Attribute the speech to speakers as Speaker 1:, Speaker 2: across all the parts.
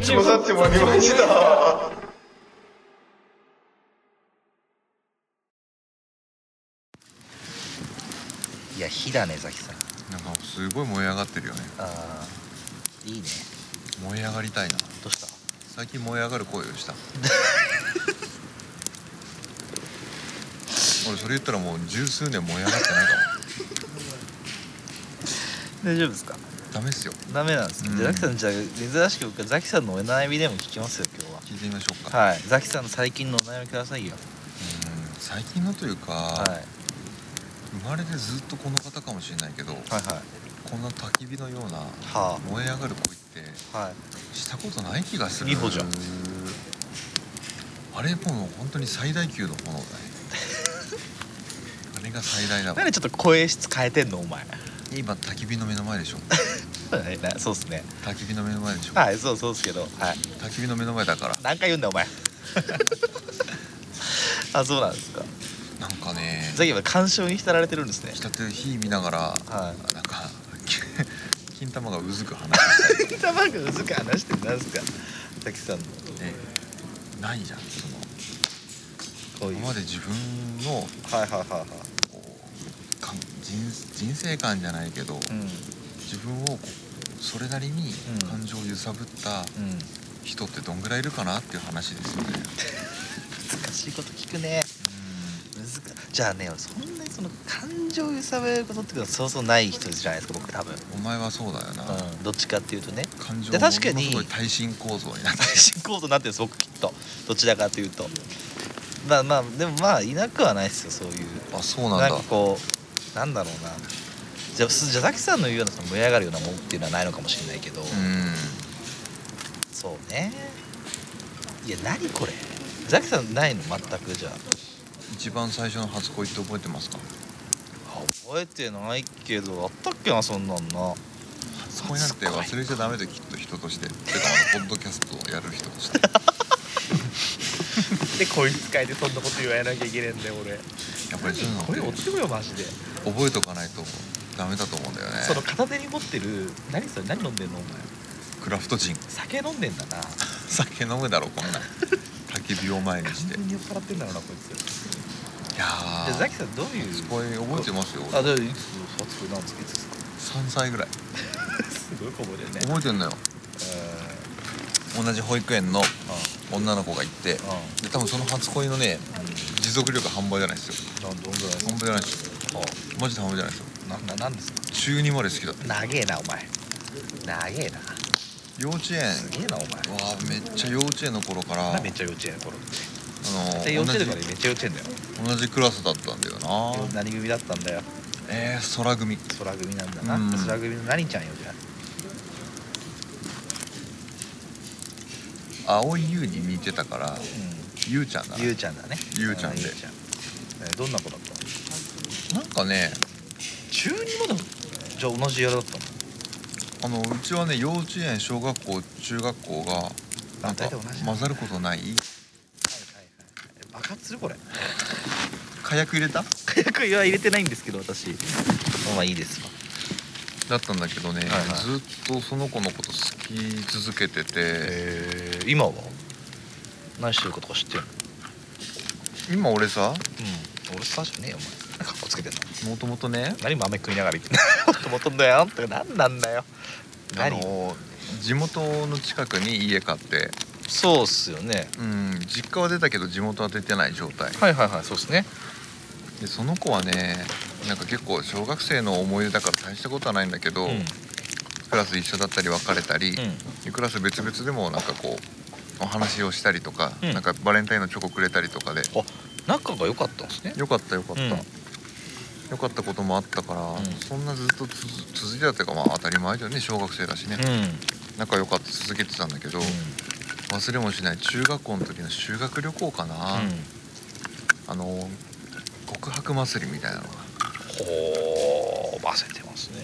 Speaker 1: ち混ざってまいりました。
Speaker 2: いや火だねザキさん
Speaker 3: なんかすごい燃え上がってるよね
Speaker 2: あーいいね
Speaker 3: 燃え上がりたいな
Speaker 2: どうした
Speaker 3: 最近燃え上がる声をした 俺それ言ったらもう十数年燃え上がってないか
Speaker 2: 大丈夫ですから
Speaker 3: ダメっすよ
Speaker 2: ダメなんです
Speaker 3: うん
Speaker 2: じゃあザキさんじゃあ珍しく僕はザキさんのお悩みでも聞きますよ今日
Speaker 3: 聞いてみましょうか、
Speaker 2: ははいザキさんの最近のお悩みくださいよ
Speaker 3: うん最近のというか、
Speaker 2: はい
Speaker 3: 生まれてずっとこの方かもしれないけど、
Speaker 2: はいはい
Speaker 3: こんな焚き火のような
Speaker 2: は
Speaker 3: 燃え上がる声って
Speaker 2: あはい
Speaker 3: したことない気がする
Speaker 2: 美穂じゃん
Speaker 3: あれもう本当に最大級の炎 だねあれが最大だわ
Speaker 2: なんでちょっと声質変えてんのお前
Speaker 3: 今焚き火の目の前でしょ
Speaker 2: そうっすね
Speaker 3: 焚き火の目の前でしょ
Speaker 2: はいそうそうっすけどはい
Speaker 3: 焚き火の目の前だから
Speaker 2: 何回言うんだよお前 あそうなんですか
Speaker 3: なんかね
Speaker 2: ザキは感傷に浸られてるんですね
Speaker 3: 浸ってる火見ながら、
Speaker 2: は
Speaker 3: なんか 金玉がうずく話したり
Speaker 2: い玉が薄く話してなんですかザキさんの
Speaker 3: ねないじゃんその
Speaker 2: こういう
Speaker 3: 今まで自分の
Speaker 2: はいはいはいはい
Speaker 3: こうかん人人生観じゃないけど、
Speaker 2: うん
Speaker 3: 自分をこうそれなりに
Speaker 2: うん
Speaker 3: 感情を揺さぶった
Speaker 2: うん
Speaker 3: 人ってどんぐらいいるかなっていう話ですよね。
Speaker 2: 難しいこと聞くね難しじゃあね俺そんなにその感情を揺さぶることってことはそうそうない人じゃないですか僕多分、
Speaker 3: お前はそうだよな。
Speaker 2: うん、どっちかっていうとね
Speaker 3: 感情
Speaker 2: で
Speaker 3: も
Speaker 2: 確かに
Speaker 3: ものすごい耐震構造になって
Speaker 2: 最新構造になってるんです僕きっとどちらかというとまあまあでもまあいなくはないですよそういう
Speaker 3: あそうなんだ
Speaker 2: かこうなんだろうなじゃあすじゃあザキさんの言うようなその盛り上がるようなもんっていうのはないのかもしれないけど、
Speaker 3: う
Speaker 2: そうねいや何これザキさんないの全くじゃあ
Speaker 3: ん一番最初の初恋って覚えてますか
Speaker 2: あ覚えてないけどあったっけなそんなんな
Speaker 3: 初恋なんて忘れちゃダメできっと人としててかあのポッドキャストをやる人と して
Speaker 2: でこいつかいてそんなこと言わなきゃいけねえんだよ俺
Speaker 3: やっぱりそういうのって
Speaker 2: てこよマジで、
Speaker 3: 覚えとかないとダメだと思うんだよね
Speaker 2: その片手に持ってる何それ何飲んでんのお前
Speaker 3: クラフト人
Speaker 2: 酒飲んでんだな
Speaker 3: 酒飲むだろこんなん焚き火を前に してい
Speaker 2: に酔っ払ってんだろうなこいつ
Speaker 3: や
Speaker 2: でザ
Speaker 3: ー
Speaker 2: キさんどういう
Speaker 3: 初恋覚えてますよ
Speaker 2: あでいつ初恋なんつけてですか
Speaker 3: 3歳ぐらい
Speaker 2: すごいこぼれね
Speaker 3: 覚えてんのよ同じ保育園の
Speaker 2: う
Speaker 3: 女の子がいて
Speaker 2: んうんうん
Speaker 3: で多分その初恋のね持続力半端じゃないですよ
Speaker 2: なんどんぐらいです
Speaker 3: 半
Speaker 2: か
Speaker 3: 端じゃないですよマジで半端じゃないですよ
Speaker 2: あなななんですか
Speaker 3: 中2まで好きだった
Speaker 2: 長えなお前長えな
Speaker 3: 幼稚園
Speaker 2: すげえなお前
Speaker 3: わあめっちゃ幼稚園の頃からあ
Speaker 2: な
Speaker 3: の
Speaker 2: めっちゃ幼稚園の頃って
Speaker 3: ー
Speaker 2: 幼
Speaker 3: 同
Speaker 2: 稚園
Speaker 3: じ
Speaker 2: だからめっちゃ幼稚園だよ
Speaker 3: 同じクラスだったんだよな
Speaker 2: 何組だったんだよ
Speaker 3: えー、空組
Speaker 2: 空組なんだな、
Speaker 3: うん
Speaker 2: 空組の何ちゃんよじゃ
Speaker 3: 青い優に似てたからゆうちゃんだ
Speaker 2: あ、
Speaker 3: な
Speaker 2: ゆうちゃんだね
Speaker 3: ゆうちゃんで
Speaker 2: あゆうえーどんな子だったの
Speaker 3: なんかね
Speaker 2: 中2までじゃあ同じやらだったの
Speaker 3: あのうちはね幼稚園小学校中学校がなんか
Speaker 2: 大体同じだ
Speaker 3: 混ざることない
Speaker 2: え爆発するこれ
Speaker 3: 火薬入れた
Speaker 2: 火薬は入れてないんですけど私まあいいですわ
Speaker 3: だったんだけどね、
Speaker 2: はいはい
Speaker 3: ずっとその子のこと好き続けてて
Speaker 2: えー、今は何してるかとか知ってるの
Speaker 3: 今俺さ
Speaker 2: うん俺さじゃねえよお前かっこつけてんの
Speaker 3: もともとね
Speaker 2: 何豆食いながら言ってんの元々だよって何なんだよ
Speaker 3: あ
Speaker 2: 何
Speaker 3: の地元の近くに家買って
Speaker 2: そうっすよね
Speaker 3: うん実家は出たけど地元は出てない状態
Speaker 2: はいはいはいそうっすね
Speaker 3: でその子はねなんか結構小学生の思い出だから大したことはないんだけど、
Speaker 2: うんうん
Speaker 3: クラス一緒だったり別れたり、でクラス別々でもなんかこうお話をしたりとか、
Speaker 2: うん
Speaker 3: なんかバレンタインのチョコくれたりとかで
Speaker 2: 仲が良かったんですね
Speaker 3: よかったよかった、
Speaker 2: うん
Speaker 3: よかったこともあったから、
Speaker 2: ん
Speaker 3: そんなずっとつづ続いてたというかまあ当たり前だよね小学生だしね、
Speaker 2: うん、うん、
Speaker 3: 仲良かった続けてたんだけど、忘れもしない中学校の時の修学旅行かな、あの告白祭りみたいなのが
Speaker 2: ほー混ぜてますね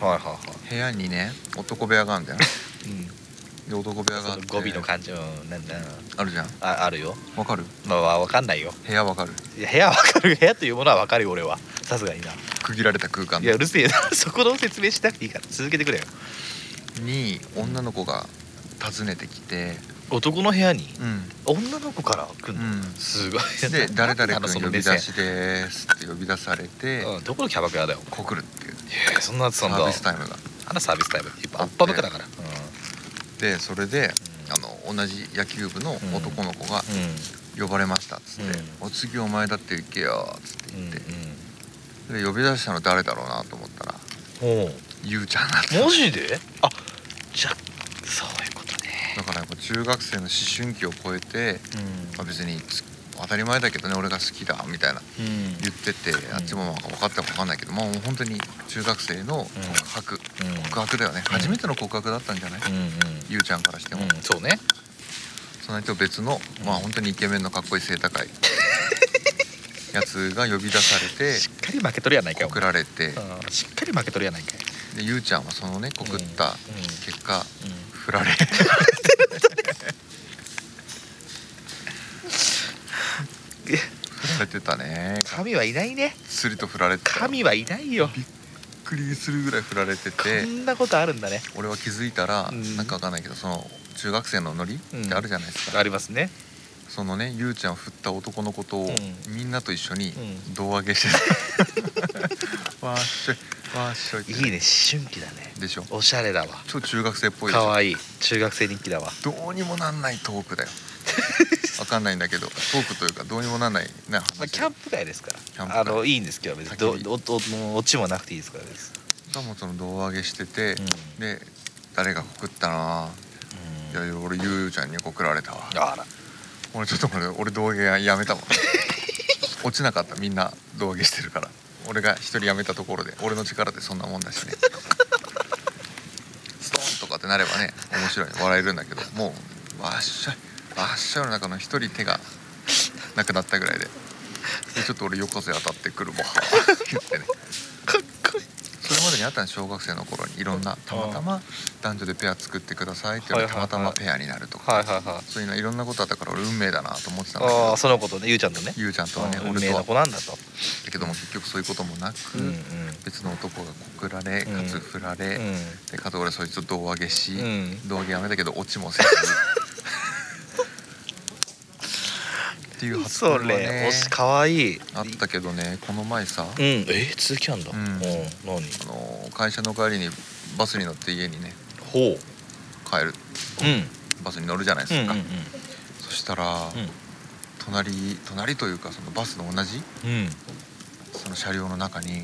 Speaker 2: はいはいは
Speaker 3: 部屋にね男部屋があるんだよ
Speaker 2: い、うん、
Speaker 3: で男部屋があ
Speaker 2: そ
Speaker 3: っ
Speaker 2: の
Speaker 3: て
Speaker 2: 語尾の感じうんなんだ
Speaker 3: あるじゃん
Speaker 2: ああるよ
Speaker 3: わかる
Speaker 2: まあまあわかんないよ
Speaker 3: 部屋わかる
Speaker 2: いや部屋わかる部屋というものはわかるよ俺はさすがにな
Speaker 3: 区切られた空間
Speaker 2: いや うるせえなそこの説明しなくていいから続けてくれよ
Speaker 3: に女の子が訪ねてきて、
Speaker 2: 男の部屋に
Speaker 3: うん
Speaker 2: 女の子から来る
Speaker 3: う
Speaker 2: の、
Speaker 3: ん、
Speaker 2: すごい
Speaker 3: で誰々
Speaker 2: なんだ
Speaker 3: 君
Speaker 2: そ
Speaker 3: 呼
Speaker 2: の
Speaker 3: び
Speaker 2: 目
Speaker 3: 出
Speaker 2: 線
Speaker 3: しですって呼び出されて、
Speaker 2: うん、どこのキャバクラだよ
Speaker 3: 告るっていう
Speaker 2: へえそんなやつ
Speaker 3: サ
Speaker 2: なんだ
Speaker 3: ービスタイムが
Speaker 2: あらサービスタイムやっぱアッパーバカだから
Speaker 3: でそれで
Speaker 2: あ
Speaker 3: あの同じ野球部の男の子が
Speaker 2: うんうん
Speaker 3: 呼ばれましたっつって「
Speaker 2: う
Speaker 3: お次お前だって行けよ」っつって
Speaker 2: うん
Speaker 3: 言って、で呼び出したの誰だろうなと思ったら
Speaker 2: うんおう
Speaker 3: ゆうちゃんだった
Speaker 2: マジであじゃそういうことね
Speaker 3: だからやっぱ中学生の思春期を超えて、まあ、別につ当たり前だけどね俺が好きだみたいな
Speaker 2: うん、うん
Speaker 3: 言っててあっちもまあ分かったか分かんないけどもう本当に中学生の告白
Speaker 2: うん
Speaker 3: 告白だよね
Speaker 2: うん
Speaker 3: 初めての告白だったんじゃない
Speaker 2: うんうん
Speaker 3: ゆうちゃんからしても
Speaker 2: うん、そうね
Speaker 3: その人別のまあ本当にイケメンのかっこいい背 高いやつが呼び出されて
Speaker 2: しっかり負けとるやないかいお
Speaker 3: 告
Speaker 2: 前
Speaker 3: られて
Speaker 2: うんしっかり負けとるやないかい
Speaker 3: でゆうちゃんはそのね告った結果
Speaker 2: うんうん
Speaker 3: 振られ振られてたね
Speaker 2: 神はいないね
Speaker 3: すりと振られてたよびっ
Speaker 2: 神はいないよ
Speaker 3: くりするぐらい振られて
Speaker 2: こ
Speaker 3: て
Speaker 2: んなことあるんだね
Speaker 3: 俺は気づいたら、
Speaker 2: うん
Speaker 3: なんかわかんないけどその中学生のノリってあるじゃないですか、
Speaker 2: ありますね
Speaker 3: そのねゆうちゃんを振った男のことを、
Speaker 2: う
Speaker 3: みんなと一緒に
Speaker 2: う
Speaker 3: 胴上げして た、わーっしょいわーっしょいって
Speaker 2: いいね思春期だね
Speaker 3: でしょ
Speaker 2: おしゃれだわ
Speaker 3: 超中学生っぽいでし
Speaker 2: 可
Speaker 3: ょ
Speaker 2: 愛い中学生人気だわ
Speaker 3: どうにもなんないト ークだよわかんないんだけどトークというかどうにもなんない
Speaker 2: ま
Speaker 3: な
Speaker 2: あ、
Speaker 3: 話
Speaker 2: キャンプ街ですから
Speaker 3: キャンプ街
Speaker 2: あのいいんですけど別にど
Speaker 3: 焚き火
Speaker 2: どどもうオチもなくていいですからです、
Speaker 3: しかもその胴上げしてて、
Speaker 2: うん
Speaker 3: で誰が告ったないうや
Speaker 2: ん、
Speaker 3: いや俺ゆうちゃんに告られたわ
Speaker 2: あら
Speaker 3: 俺ちょっと待って俺胴上げやめたもん落ちなかったみんな胴上げしてるから俺が一人やめたところで俺の力でそんなもんだしねストーンとかってなればね面白い笑えるんだけどもうわっしゃいわっしゃいの中の一人手がなくなったぐらいででちょっと俺横風当たってくるもん言ってね
Speaker 2: かっこいい
Speaker 3: それまでにあったの小学生の頃にいろんなたまたま男女でペア作ってくださいって言われてた
Speaker 2: はいは
Speaker 3: ま
Speaker 2: い
Speaker 3: た
Speaker 2: は
Speaker 3: ま
Speaker 2: い
Speaker 3: ペアになるとか、
Speaker 2: はいはいはい
Speaker 3: そういうのいろんなことあったから俺運命だなと思ってたんだけ
Speaker 2: あ
Speaker 3: ど
Speaker 2: あそのことねゆうちゃんとね
Speaker 3: ゆうちゃんとはね
Speaker 2: うん運
Speaker 3: 俺
Speaker 2: 命
Speaker 3: とは
Speaker 2: の子なんだと、
Speaker 3: だけども結局そういうこともなく、
Speaker 2: うん
Speaker 3: 別の男が告られ
Speaker 2: うん
Speaker 3: かつ振られ、
Speaker 2: うん
Speaker 3: でかつ俺そいつを胴上げし、
Speaker 2: うん
Speaker 3: 胴上げやめたけどオチ もせずっていう初
Speaker 2: そ
Speaker 3: 恋は
Speaker 2: れ
Speaker 3: ね
Speaker 2: おしかわいい
Speaker 3: あったけどねこの前さ、
Speaker 2: うんえー、続きあんだ
Speaker 3: うん
Speaker 2: うん何
Speaker 3: あのー会社の帰りにバスに乗って家にね
Speaker 2: ほう
Speaker 3: 帰る
Speaker 2: うん
Speaker 3: バスに乗るじゃないですか、
Speaker 2: うん
Speaker 3: そしたら、隣隣というかそのバスの同じ
Speaker 2: うんうん
Speaker 3: その車両の中に
Speaker 2: え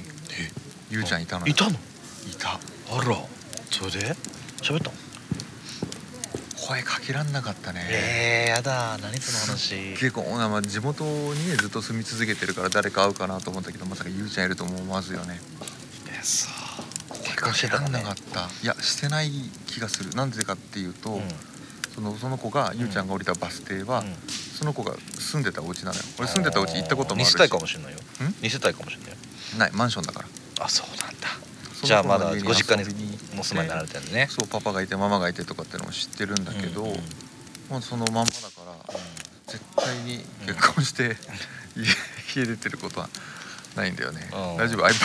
Speaker 3: ゆうちゃんいたのよ
Speaker 2: いたの
Speaker 3: いた
Speaker 2: あらそれで喋ったの
Speaker 3: 声かけらんなかったね
Speaker 2: えー、やだ何その話
Speaker 3: 結構まあ地元にねずっと住み続けてるから誰か会うかなと思ったけどまさかゆうちゃんいるとも思わずよね
Speaker 2: えそう
Speaker 3: 結構知らんなかったいやしてない気がするなんでかっていうと、
Speaker 2: うん
Speaker 3: そのその子がゆうちゃんが降りたバス停は、
Speaker 2: うん
Speaker 3: その子が住んでたお家なのよ俺住んでたお家行ったこともあ
Speaker 2: 2
Speaker 3: るし
Speaker 2: 世帯かもしれないよ2世帯かもしれないよ
Speaker 3: ないマンションだから
Speaker 2: あそうなんだ
Speaker 3: その子の
Speaker 2: じゃあまだ
Speaker 3: 家に
Speaker 2: ご実家に
Speaker 3: 遊びに行って
Speaker 2: お住まいになられてるんでね
Speaker 3: そうパパがいてママがいてとかってのも知ってるんだけど、
Speaker 2: うんうん
Speaker 3: もうそのまんまだから絶対に結婚して、家家出てることはないんだよね
Speaker 2: うん
Speaker 3: 大丈夫 iPad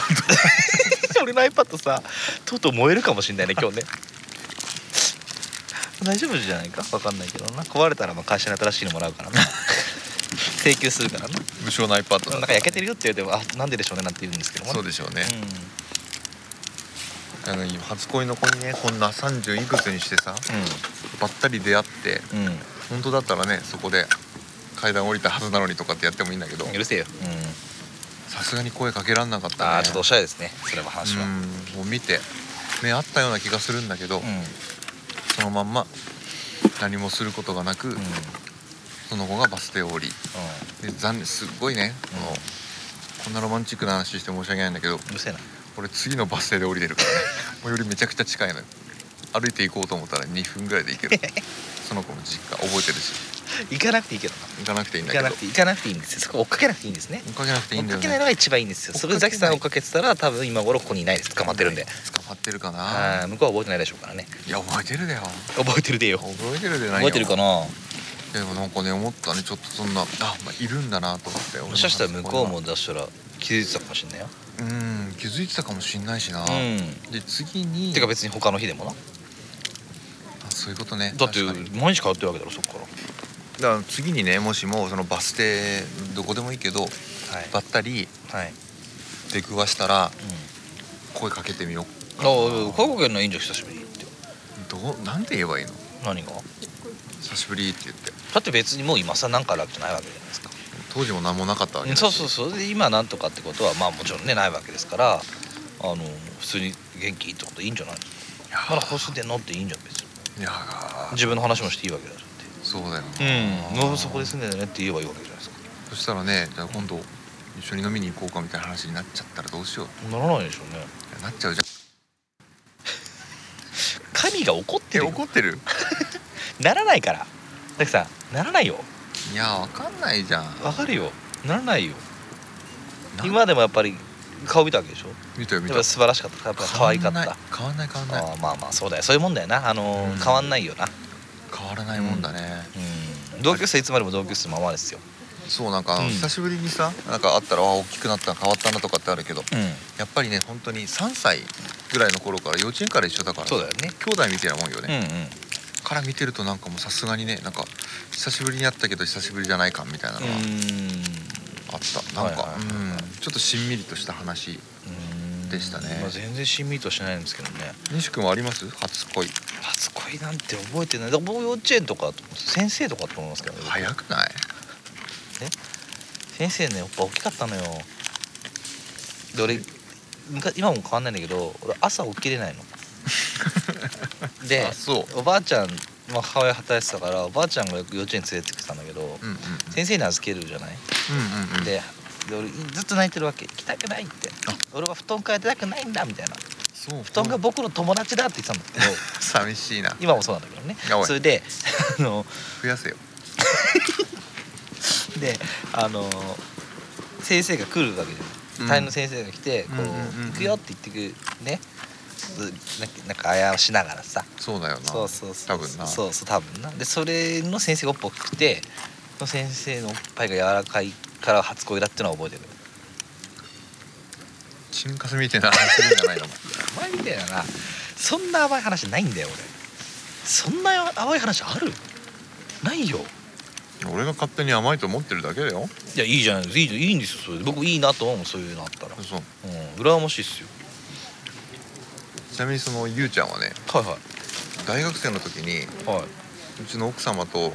Speaker 2: 俺の iPad さとうとう燃えるかもし んないね今日ね大丈夫じゃないかわかんないけどな壊れたらまあ会社に新しいのもらうからな 請求するからな
Speaker 3: 無償の iPad
Speaker 2: なんか焼けてるよって言うてもあなんででしょうねなんて言うんですけども
Speaker 3: そう
Speaker 2: で
Speaker 3: でしょうね、あの初恋の子にねこんな30いくつにしてさばったり出会って
Speaker 2: うんうん、
Speaker 3: 本当だったらねそこで階段降りたはずなのにとかってやってもいいんだけど
Speaker 2: うん、うるせえよ、
Speaker 3: さすがに声かけらんなかった、
Speaker 2: うん、
Speaker 3: ね、
Speaker 2: ああちょっとおしゃれですねそれは話は
Speaker 3: うんもう見て目合ったような気がするんだけど、そのまんま何もすることがなく、
Speaker 2: うんうん
Speaker 3: その後がバス停を降りで残念すっごいねこの、こんなロマンチックな話して申し訳ないんだけど
Speaker 2: うるせえな
Speaker 3: 俺次のバス停で降りてる からねもうよりめちゃくちゃ近いのよ歩いて行こうと思ったら2分ぐらいで行 けるその子の実家覚えてるし
Speaker 2: 行かなくていいけどな
Speaker 3: 行かなくていいんだ
Speaker 2: 行
Speaker 3: け
Speaker 2: か
Speaker 3: ど
Speaker 2: なくて行かなくていいんですよそこ追っかけなくていいんですね
Speaker 3: 追っかけなくていいん
Speaker 2: 追っ
Speaker 3: だ
Speaker 2: か
Speaker 3: よ
Speaker 2: けないの
Speaker 3: ね
Speaker 2: が一番いいんですよそれ
Speaker 3: 追っ
Speaker 2: で
Speaker 3: か
Speaker 2: ザ
Speaker 3: け
Speaker 2: キ
Speaker 3: ない
Speaker 2: さん追っかけてたら多分今頃ここにいないです捕まってるんで
Speaker 3: 捕まってるか
Speaker 2: は
Speaker 3: ない
Speaker 2: 向こうは覚えてないでしょうからね
Speaker 3: いや覚えてるだ よ
Speaker 2: 覚えてるでよ
Speaker 3: 覚えてるでな
Speaker 2: 覚
Speaker 3: いよ
Speaker 2: えてるかな
Speaker 3: でもなんかね思ったねちょっとそんなあ、まあ、いるんだなと思って俺の
Speaker 2: もしかしたら向こうも出したら気づいてたかもしれないよ
Speaker 3: うん気づいてたかもしんないしな、
Speaker 2: うん
Speaker 3: で次に
Speaker 2: てか別に他の日でもな
Speaker 3: あそそういうことね
Speaker 2: だって
Speaker 3: 確かに
Speaker 2: 毎日通ってるわけだろそっから
Speaker 3: だから次にねもしもそのバス停どこでもいいけど
Speaker 2: はい
Speaker 3: ばったり
Speaker 2: はい、
Speaker 3: 出くわしたら
Speaker 2: う、
Speaker 3: 声かけてみようん
Speaker 2: ああ声かけるのいいんじゃん久しぶりって
Speaker 3: どうなんて言えばいいの
Speaker 2: 何が
Speaker 3: 久しぶりって言って
Speaker 2: だって別にもう今さなんか楽じゃないわけじゃないですか
Speaker 3: 当時も何もなかったわけだし
Speaker 2: そうそうそうで今なんとかってことはまあもちろんねないわけですからあの普通に元気ってことでいいんじゃないですか
Speaker 3: いやー
Speaker 2: まだ放送でんのっていいんじゃん別に
Speaker 3: いやー
Speaker 2: 自分の話もしていいわけだし
Speaker 3: そうだよ
Speaker 2: ってうんもうそこで
Speaker 3: そ
Speaker 2: 住んでるねって言えばいいわけじゃないですか
Speaker 3: したらねじゃあ今度一緒に飲みに行こうかみたいな話になっちゃったらどうしよう
Speaker 2: ならないでしょうね
Speaker 3: いやなっちゃうじゃん
Speaker 2: 神が怒って
Speaker 3: え
Speaker 2: るよ
Speaker 3: 怒ってる
Speaker 2: ならないからだけどさならないよ
Speaker 3: いやわかんないじゃん
Speaker 2: わかるよならないよ
Speaker 3: な
Speaker 2: 今でもやっぱり顔見たわけでしょ
Speaker 3: 見たよ見
Speaker 2: や
Speaker 3: た
Speaker 2: っぱ素晴らしかったやっぱ可愛かったあ
Speaker 3: 変わんない変わんない変わんない
Speaker 2: あまあまあそうだよそういうもんだよなあのー
Speaker 3: うん
Speaker 2: 変わんないよな
Speaker 3: 変わらないもんだね、
Speaker 2: うん同級生いつまでも同級生のままですよ
Speaker 3: そうなんか、
Speaker 2: うん
Speaker 3: 久しぶりにさなんかあったらあ大きくなったな変わったなとかってあるけど
Speaker 2: うん
Speaker 3: やっぱりね本当に3歳ぐらいの頃から幼稚園から一緒だから
Speaker 2: そうだよね
Speaker 3: 兄弟みたいなもんよ
Speaker 2: うん
Speaker 3: ね、
Speaker 2: うん
Speaker 3: から見てるとなんかもうさすがにねなんか久しぶりに会ったけど久しぶりじゃない感みたいなのが
Speaker 2: うーん
Speaker 3: あった、なん
Speaker 2: は
Speaker 3: か
Speaker 2: いはいはいはい
Speaker 3: うんちょっとしんみりとした話
Speaker 2: うーん
Speaker 3: でしたね
Speaker 2: まあ、全然しんみりとしないんですけどね
Speaker 3: 西君はあります初恋
Speaker 2: 初恋なんて覚えてないだから僕幼稚園とか先生とかと思いますけどね、
Speaker 3: 早くない
Speaker 2: 先生ねやっぱ大きかったのよで俺昔今も変わんないんだけど俺朝起きれないの で
Speaker 3: あそう
Speaker 2: おばあちゃん、まあ、母親働いてたからおばあちゃんがよく幼稚園連れてきてたんだけど、
Speaker 3: うんうんうん
Speaker 2: 先生に預けるじゃない、
Speaker 3: うんうんうん
Speaker 2: でで俺ずっと泣いてるわけ行きたくないって俺は布団から出たくないんだみたいな
Speaker 3: そう
Speaker 2: 布団が僕の友達だって言ってたんだけど
Speaker 3: 寂しいな
Speaker 2: 今もそうなんだけどね
Speaker 3: やばい
Speaker 2: それであの
Speaker 3: 増やせよ
Speaker 2: であの先生が来るわけじゃない
Speaker 3: うん
Speaker 2: 担任の先生が来て「こう
Speaker 3: うんうんうんうん
Speaker 2: 行くよ」って言ってくねなんかなんかあやをしながらさ
Speaker 3: そうだよな
Speaker 2: そうそうそう
Speaker 3: 多分な
Speaker 2: そうそう多分なでそれの先生がおっぱい大きくてその先生のおっぱいが柔らかいから初恋だってのは覚えてる
Speaker 3: チンカスみたいな話するんじゃないの
Speaker 2: お前みたいななそんな甘い話ないんだよ俺そんな甘い話あるないよ
Speaker 3: 俺が勝手に甘いと思ってるだけだよ
Speaker 2: いやいいじゃないですいいじゃんいいんですよそれで僕いいなと思うもんそういうのあったら
Speaker 3: そう
Speaker 2: うん羨ましいっすよ
Speaker 3: ちなみにそのゆうちゃんはね
Speaker 2: はいは
Speaker 3: 大学生の時に
Speaker 2: いは
Speaker 3: うちの奥様と
Speaker 2: いうん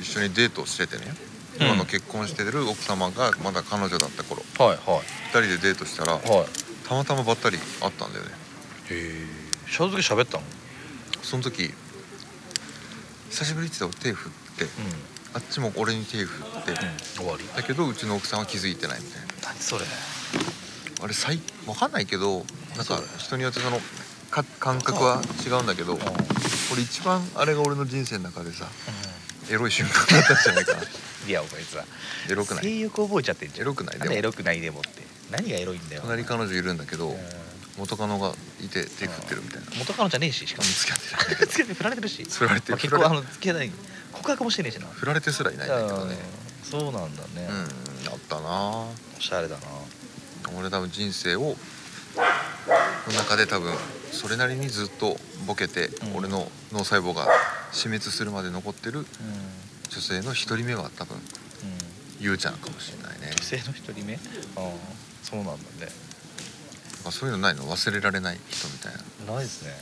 Speaker 3: 一緒にデートをしててね、
Speaker 2: うん
Speaker 3: 今の結婚してる奥様がまだ彼女だった頃
Speaker 2: はいは
Speaker 3: 2人でデートしたら
Speaker 2: いはい
Speaker 3: たまたまばったり会ったんだよね
Speaker 2: へえその時喋ったの
Speaker 3: その時久しぶりって言ったら手振って
Speaker 2: う
Speaker 3: あっちも俺に手振っ
Speaker 2: ん、
Speaker 3: て
Speaker 2: うん、終わり
Speaker 3: だけどうちの奥さんは気づいてないみたいな
Speaker 2: 何それ
Speaker 3: あれ最わかんないけどなん
Speaker 2: そうだ
Speaker 3: か
Speaker 2: ね
Speaker 3: 人によってそのか感覚は違うんだけど俺一番あれが俺の人生の中でさエロい瞬間だったんじゃないかな
Speaker 2: いやこいつは
Speaker 3: エロくない
Speaker 2: 性欲覚えちゃってんじゃん
Speaker 3: エロくない
Speaker 2: なん
Speaker 3: で
Speaker 2: でエ
Speaker 3: も
Speaker 2: ロくないでもって何がエロいんだよ
Speaker 3: 隣彼女いるんだけど
Speaker 2: うん
Speaker 3: 元カノがいて手振ってるみたいな
Speaker 2: 元カノじゃねえししかも
Speaker 3: 付き合ってないんだけど
Speaker 2: つけて振られてるし
Speaker 3: 振られて
Speaker 2: ま
Speaker 3: る
Speaker 2: あ結
Speaker 3: 振ら
Speaker 2: 婚あ
Speaker 3: れ
Speaker 2: の付き合いない告白もしてねえしな
Speaker 3: 振られてすらいないんだけどね
Speaker 2: うんそうなんだね
Speaker 3: うん、あったな
Speaker 2: おしゃれだな
Speaker 3: 俺多分人生をの中で多分それなりにずっとボケて、
Speaker 2: うん
Speaker 3: 俺の脳細胞が死滅するまで残って
Speaker 2: うん、う
Speaker 3: る
Speaker 2: ん、
Speaker 3: 女性の一人目は多分ゆうちゃんかもしれないね
Speaker 2: 女性の一人目ああそうなんだね
Speaker 3: なんかそういうのないの忘れられない人みたいな
Speaker 2: ないですね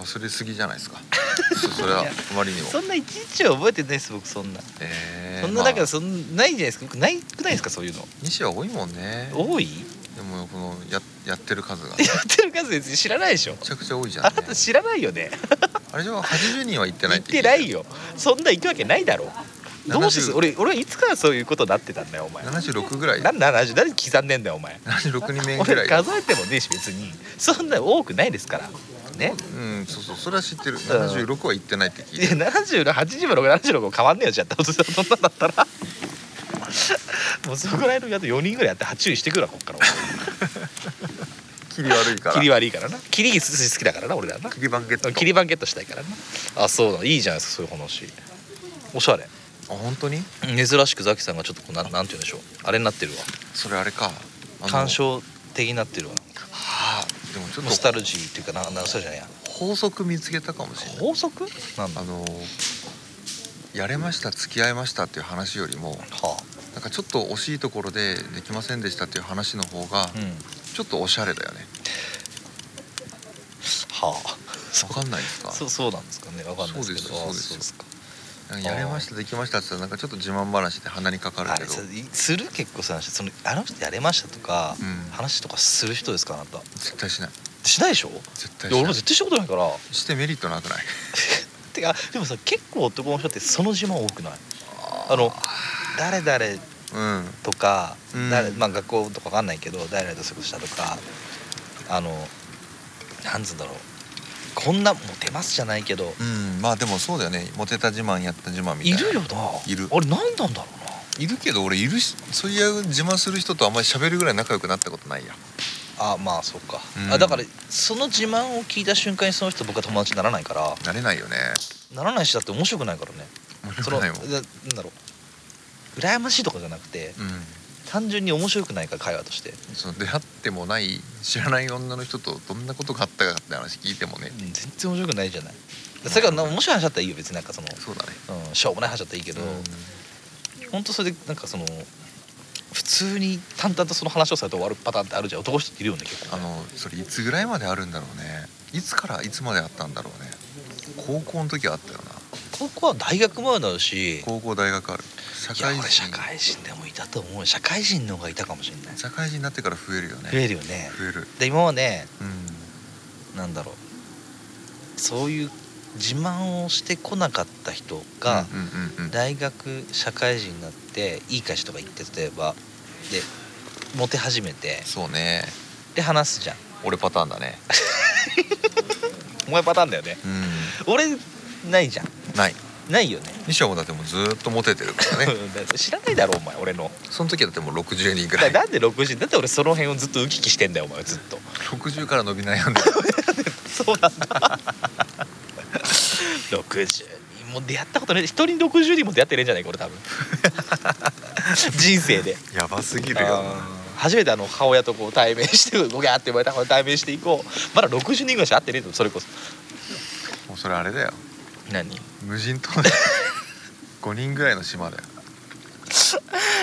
Speaker 3: 忘れすぎじゃないですかそそれはあまりにも
Speaker 2: そんないちいちは覚えてないです僕そんな、
Speaker 3: えー、
Speaker 2: そんなだか
Speaker 3: ま
Speaker 2: ら
Speaker 3: あ
Speaker 2: そんないじゃないですか僕ないくないですかそういうの
Speaker 3: 西は多いもんね
Speaker 2: 多い
Speaker 3: でもこのややってる数が
Speaker 2: や
Speaker 3: め
Speaker 2: ってる数別に知らないでしょ
Speaker 3: ちゃくちゃ多いじゃん、
Speaker 2: あ
Speaker 3: ね
Speaker 2: な、た知らないよね
Speaker 3: あれじゃあ80人は行ってない
Speaker 2: 行っ
Speaker 3: っ
Speaker 2: て
Speaker 3: 聞
Speaker 2: て
Speaker 3: いた
Speaker 2: ないよそんな行くわけないだろどうして
Speaker 3: 70
Speaker 2: 俺俺はいつからそういうことになってたんだよお前なん
Speaker 3: 76ぐらい
Speaker 2: で70何刻んでんだよお前
Speaker 3: 76人目ぐら
Speaker 2: 俺
Speaker 3: い
Speaker 2: 数えてもねえし別にそんな多くないですからね
Speaker 3: うんそうそうそれは知ってる76は行ってないって聞
Speaker 2: い
Speaker 3: い
Speaker 2: や
Speaker 3: てる
Speaker 2: 70の80の76も変わんねえよじゃあそんなんだったらもうそこら辺のやつ4人ぐらいやって注意してくるわこっから
Speaker 3: 切り悪いから
Speaker 2: キリ悪いからなキリ好きだからな俺らな
Speaker 3: 切り番ゲット
Speaker 2: キリ番ゲットしたいからなあそうだいいじゃないですかそういう話おしゃれ
Speaker 3: あ本当に
Speaker 2: 珍しくザキさんがちょっとこうななんて言うんでしょうあれになってるわ
Speaker 3: それあれかあの
Speaker 2: 鑑賞的になってるわ
Speaker 3: はあでもちょ
Speaker 2: ノス
Speaker 3: っと
Speaker 2: タルジーっていうかななそうじゃないや
Speaker 3: 法則見つけたかもしれない
Speaker 2: 法則なんだ
Speaker 3: あ
Speaker 2: は
Speaker 3: のやれました付き合いましたっていう話よりも
Speaker 2: あ
Speaker 3: なんかちょっと惜しいところでできませんでしたっていう話の方が
Speaker 2: うん
Speaker 3: ちょっとおしゃれだよね
Speaker 2: はあ
Speaker 3: わかんないですか
Speaker 2: そうそうなんですかねわかんないですけど
Speaker 3: そうですそうですなんかやれましたできましたって言ったらなんかちょっと自慢話で鼻にかかる
Speaker 2: あ
Speaker 3: け
Speaker 2: れ
Speaker 3: ど
Speaker 2: さする結構そうなんですよそのあの人やれましたとか、
Speaker 3: うん
Speaker 2: 話とかする人ですかあなた
Speaker 3: 絶対しない
Speaker 2: しないでしょい
Speaker 3: 絶対
Speaker 2: や
Speaker 3: し
Speaker 2: 俺
Speaker 3: な
Speaker 2: も
Speaker 3: い
Speaker 2: 絶対したことないから
Speaker 3: してメリットなく ない
Speaker 2: てかでもさ結構男の人ってその自慢多くないあの誰々
Speaker 3: うん
Speaker 2: とか、
Speaker 3: うん
Speaker 2: 誰まあ学校とかわかんないけど誰々と過ごしたとかあのなんつうんだろうこんなモテますじゃないけど
Speaker 3: うんまあでもそうだよねモテた自慢やった自慢みた
Speaker 2: い
Speaker 3: いな
Speaker 2: るよない
Speaker 3: る
Speaker 2: あれ何なんだろうない
Speaker 3: るけど俺いるしそういう自慢する人とあんまり喋るぐらい仲良くなったことないや
Speaker 2: あまあそうか、
Speaker 3: うん
Speaker 2: あだからその自慢を聞いた瞬間にその人と僕は友達にならないから
Speaker 3: なれないよね
Speaker 2: ならないしだって面白くないからね
Speaker 3: 面
Speaker 2: そ
Speaker 3: 白
Speaker 2: の
Speaker 3: くな
Speaker 2: ないん
Speaker 3: もん
Speaker 2: だろう羨ましいとかじゃなくて
Speaker 3: うん
Speaker 2: 単純に面白くないから会話として、
Speaker 3: その出会ってもない知らない女の人とどんなことがあったかって話聞いてもね
Speaker 2: うん全然面白くないじゃないそれからな面白い話だったらいいよ別になんかその、
Speaker 3: そうだね
Speaker 2: うん、しょうもない話だったらいいけど、ほんとそれでなんかその普通に淡々とその話をされて終わるパターンってあるじゃん男の人っているよね結構
Speaker 3: あ
Speaker 2: ね
Speaker 3: のそれいつぐらいまであるんだろうねいつからいつまであったんだろうね高校の時はあったよな
Speaker 2: 高校は大学もあるし
Speaker 3: 高校大学ある社
Speaker 2: いや
Speaker 3: 会人
Speaker 2: 俺社会人でもいたと思うよ社会人の方がいたかもしれない
Speaker 3: 社会人になってから増えるよね
Speaker 2: 増えるよね
Speaker 3: 増える
Speaker 2: で今はね
Speaker 3: うん
Speaker 2: なんだろうそういう自慢をしてこなかった人が
Speaker 3: うんうんうん
Speaker 2: 大学社会人になっていい会社とか行って例えばでモテ始めて
Speaker 3: そうね
Speaker 2: で話すじゃん
Speaker 3: 俺パターンだね
Speaker 2: お前パターンだよね
Speaker 3: うん
Speaker 2: 俺ないじゃん
Speaker 3: ない
Speaker 2: ないよね
Speaker 3: 西はもうだってもうずーっとモテてるか らね
Speaker 2: 知らないだろお前俺の
Speaker 3: その時だってもう60人ぐら
Speaker 2: だ
Speaker 3: い
Speaker 2: なんで60だって俺その辺をずっとウキキしてんだよお前ずっと
Speaker 3: 60から伸び悩んで
Speaker 2: そうなんだ 60人も出会ったことない一人に60人も出会ってねえんじゃないか俺多分 人生で
Speaker 3: やばすぎ
Speaker 2: 初めてあの母親とこう対面して「ごきゃ」って言われたから対面していこうまだ60人ぐらいしか会ってねえとそれこそ
Speaker 3: もうそれあれだよ
Speaker 2: 何
Speaker 3: 無人 島だよ5人ぐらいの島だよ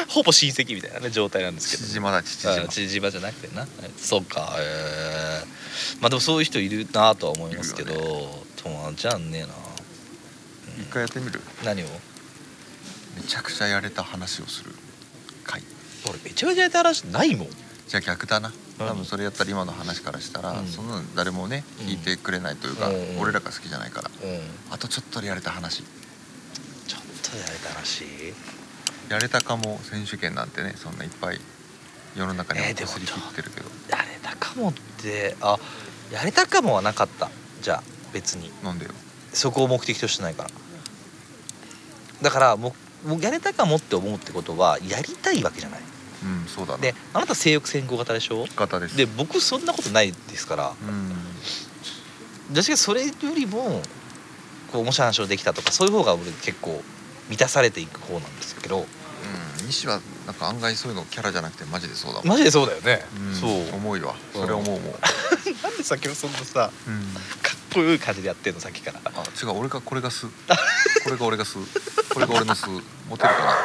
Speaker 2: ほぼ親戚みたいなね状態なんですけど
Speaker 3: 父島だ父島
Speaker 2: あ父島じゃなくてなそうかえー、まあでもそういう人いるなとは思いますけど
Speaker 3: いる
Speaker 2: 友達じゃんねえな
Speaker 3: 一回やってみる
Speaker 2: 何を
Speaker 3: めちゃくちゃやれた話をする回
Speaker 2: 俺めちゃめちゃやった話ないもん
Speaker 3: じゃあ逆だな
Speaker 2: うん
Speaker 3: 多分それやったら今の話からしたら、
Speaker 2: うん
Speaker 3: そんなの誰もね
Speaker 2: うん
Speaker 3: 聞いてくれないというか、
Speaker 2: うん
Speaker 3: 俺らが好きじゃないから
Speaker 2: うん
Speaker 3: あとちょっとでやれた話
Speaker 2: ちょっとやれた話
Speaker 3: やれたかも選手権なんてねそんないっぱい世の中に
Speaker 2: えー
Speaker 3: は
Speaker 2: でも
Speaker 3: すり切ってるけど、
Speaker 2: やれたかもってあやれたかもはなかったじゃあ別に
Speaker 3: なんでよ
Speaker 2: そこを目的としてないからだからもうもうやれたかもって思うってことはやりたいわけじゃない
Speaker 3: うんそうだな
Speaker 2: であなた性欲先行型でしょ
Speaker 3: 方です
Speaker 2: で僕そんなことないですから
Speaker 3: うん
Speaker 2: 確かにそれよりもこう面白い話をできたとかそういう方が俺結構満たされていく方なんですけど
Speaker 3: うん西はなんか案外そういうのキャラじゃなくてマジでそうだもん、
Speaker 2: マジでそうだよね、
Speaker 3: ん
Speaker 2: そう
Speaker 3: 思いは
Speaker 2: うん
Speaker 3: それ思う もん、
Speaker 2: なんでさ今日そんなさ
Speaker 3: うん
Speaker 2: かっこよい感じでやってんのさっきから
Speaker 3: あ違う俺がこれが巣これが俺が巣これが俺の巣持てるか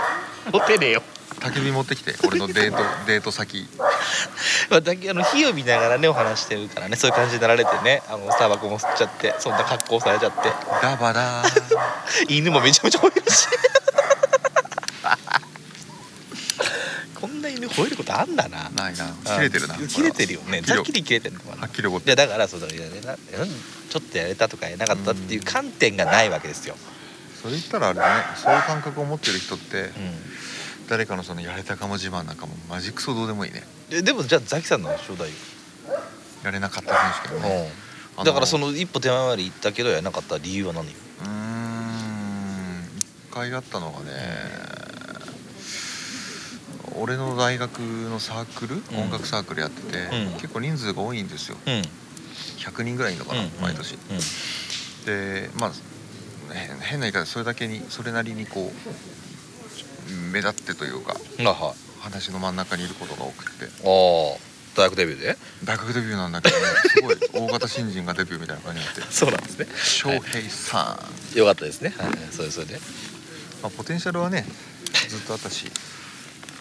Speaker 2: モテねえよ
Speaker 3: な焚き火持ってきて俺の デートデート先
Speaker 2: まあ、だけあの火を見ながらねお話してるからねそういう感じになられてねあのタバコも吸っちゃってそんな格好されちゃっ
Speaker 3: ダバダー
Speaker 2: て 犬もめちゃめちゃ吠える しこんな犬吠えることあんだな
Speaker 3: ないな切れてるな
Speaker 2: あ切れてるよねざっき
Speaker 3: り
Speaker 2: り切れてるのか
Speaker 3: は
Speaker 2: な
Speaker 3: っきり怒っ
Speaker 2: い
Speaker 3: て
Speaker 2: やだからそうだねななちょっとやれたとかやれなかったっていう観点がないわけですよ、
Speaker 3: それ言ったらあれだねそういう感覚を持ってる人って
Speaker 2: うん
Speaker 3: 誰かのそのやれたかも自慢なんかもマジクソどうでもいいね
Speaker 2: ででもじゃあザキさんのちょうだいよ、
Speaker 3: やれなかった選手権ね
Speaker 2: うん、だからそ
Speaker 3: の
Speaker 2: の一歩手前まで行ったけどやれなかった理由は何よ
Speaker 3: うーん一回あったのがね俺の大学のサークル、
Speaker 2: ん
Speaker 3: 音楽サークルやってて、
Speaker 2: うん
Speaker 3: 結構人数が多いんですよ
Speaker 2: うんうん
Speaker 3: 100人ぐらいいるのかな、毎年
Speaker 2: うん
Speaker 3: でまあ変変な言い方でそれだけにそれなりにこう目立ってというか
Speaker 2: うん、はいはい
Speaker 3: 話の真ん中にいることが多くて
Speaker 2: ああ大学デビューで
Speaker 3: 大学デビューなんだけどねすごい大型新人がデビューみたいな感じになって
Speaker 2: そうなんですね
Speaker 3: 翔平さん、
Speaker 2: よかったですねはいはいそれそれで
Speaker 3: まあ、ポテンシャルはねずっとあったし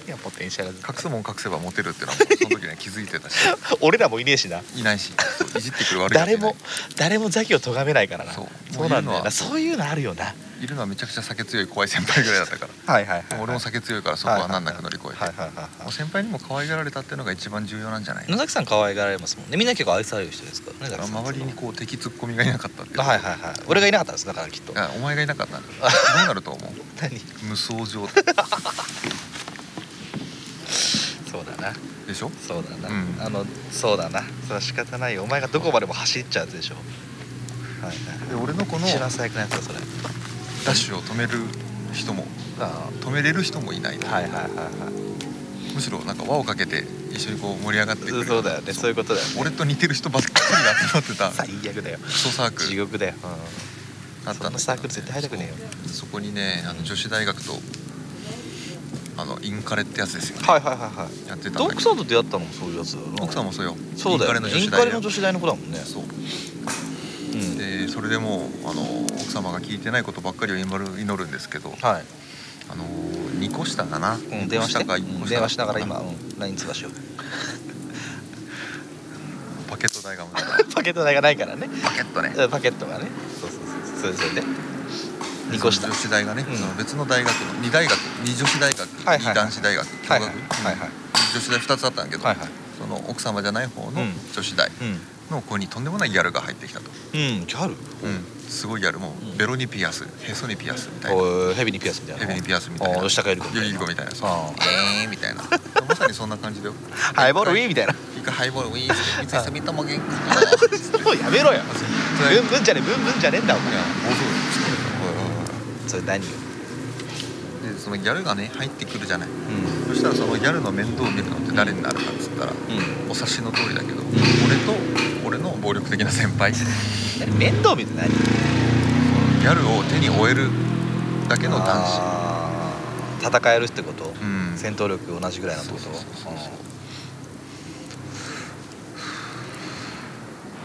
Speaker 2: いやポテンシャル
Speaker 3: 隠すもん隠せばモテるっていうのは もうその時には気づいてたし
Speaker 2: 俺らもいねえしない
Speaker 3: ないしそういじってくる悪いやつい
Speaker 2: 誰
Speaker 3: ない
Speaker 2: も誰もザキを咎めないからな
Speaker 3: そう
Speaker 2: そうなんだよな
Speaker 3: もういるのは
Speaker 2: そういうのあるよな
Speaker 3: るいるのはめちゃくちゃ酒強い怖い先輩ぐらいだったから
Speaker 2: はいはい
Speaker 3: でも俺も酒強いからそこは難なく乗り越えて、
Speaker 2: はいはいはい
Speaker 3: も
Speaker 2: は
Speaker 3: う先輩にも可愛がられたっていうのが一番重要なんじゃない
Speaker 2: い野崎さん可愛がられますもんねみんな結構愛される人ですからね野崎さん
Speaker 3: 周りにこう敵ツッコミがいなかったっていう
Speaker 2: はいはいはい俺がいなかったんですだからきっと
Speaker 3: あお前がいなかったんだ どうなると思う
Speaker 2: 何
Speaker 3: 無双状態
Speaker 2: そうだな
Speaker 3: でしょ
Speaker 2: そうだな、
Speaker 3: うん
Speaker 2: あのそうだなそれは仕方ないよお前がどこまでも走っちゃうやつでしょはいはい
Speaker 3: で俺のこの
Speaker 2: 一番最悪なやつだそれ
Speaker 3: ダッシュを止める人も
Speaker 2: あ
Speaker 3: 止めれる人もいない、
Speaker 2: あはいはいはいは
Speaker 3: むしろなんか輪をかけて一緒にこう盛り上がってく
Speaker 2: い
Speaker 3: る
Speaker 2: そうだよねそういうことだよね
Speaker 3: 俺と似てる人ばっかりが集まってた
Speaker 2: 最悪だよ
Speaker 3: クソサーク
Speaker 2: 地
Speaker 3: ル
Speaker 2: 獄だよ、
Speaker 3: あっ
Speaker 2: そ
Speaker 3: たんだけど
Speaker 2: んなサークル絶対入りたくねえ
Speaker 3: そうそこにねあの女子大学とあのインカレってやつですよね、
Speaker 2: はいはいはいはい
Speaker 3: やってたんだけど
Speaker 2: ドックさんと出会ったのもそういうやつだよな
Speaker 3: 奥さんもそうよ
Speaker 2: そうだよ、
Speaker 3: インカレの
Speaker 2: ね、
Speaker 3: 女
Speaker 2: イン
Speaker 3: 子
Speaker 2: カレ
Speaker 3: 大
Speaker 2: の
Speaker 3: 学
Speaker 2: 女子大の子だもんね
Speaker 3: そう
Speaker 2: うん
Speaker 3: でそれでもうあの奥様が聞いてないことばっかりを祈る祈るんですけど
Speaker 2: はい、
Speaker 3: あの2個下だな、
Speaker 2: うん、
Speaker 3: 二
Speaker 2: 電
Speaker 3: 個
Speaker 2: 話して
Speaker 3: 下か
Speaker 2: う
Speaker 3: 1
Speaker 2: ん
Speaker 3: 個下
Speaker 2: 電話しながら今、うん、LINE 通話しよう
Speaker 3: パケット代がもう
Speaker 2: パケット代がないからね
Speaker 3: パケットね
Speaker 2: うんパケットがねそうそうそうそれそれで2個
Speaker 3: そ
Speaker 2: 下
Speaker 3: の
Speaker 2: は
Speaker 3: 女子大がね、
Speaker 2: うん
Speaker 3: その別の大学の2大学2女子大学、
Speaker 2: はいはい
Speaker 3: 2男子大学共
Speaker 2: い
Speaker 3: 学、
Speaker 2: はいはいはい
Speaker 3: 女子大2つあったんだけど、
Speaker 2: はいはい
Speaker 3: その奥様じゃない方の
Speaker 2: うん
Speaker 3: 女子大
Speaker 2: う
Speaker 3: の子にとんでもないギャルが入ってきたと、
Speaker 2: ん、うん、ギャル
Speaker 3: すごいギャルも
Speaker 2: うん
Speaker 3: うベロにピアスへそにピアスみたいな、
Speaker 2: おいヘビにピアスみたいな
Speaker 3: ヘビにピアスみたい
Speaker 2: お
Speaker 3: な
Speaker 2: 吉高由里子
Speaker 3: より子みたいなそう
Speaker 2: あ
Speaker 3: えーみたいなまさにそんな感じだよ
Speaker 2: ハイボールウィーみたいな
Speaker 3: 一回ハイボールウィーンして三井住友元気か な
Speaker 2: もうやめろよ
Speaker 3: それい
Speaker 2: ブ
Speaker 3: や
Speaker 2: ンブンじゃねえブンブンじゃねえんだお前
Speaker 3: 暴走族
Speaker 2: それ何よ
Speaker 3: でそのギャルがね入ってくるじゃない
Speaker 2: うん
Speaker 3: そしたらそのギャルの面倒を見るのって誰になるかっつったら
Speaker 2: うん
Speaker 3: お察しの通りだけど俺と俺の暴力的な先 輩ギ
Speaker 2: 何面倒見て何
Speaker 3: ャルを手に負えるだけの男子
Speaker 2: あー戦えるってこと、
Speaker 3: うん
Speaker 2: 戦闘力同じぐらいのってこと
Speaker 3: そうそうそうそう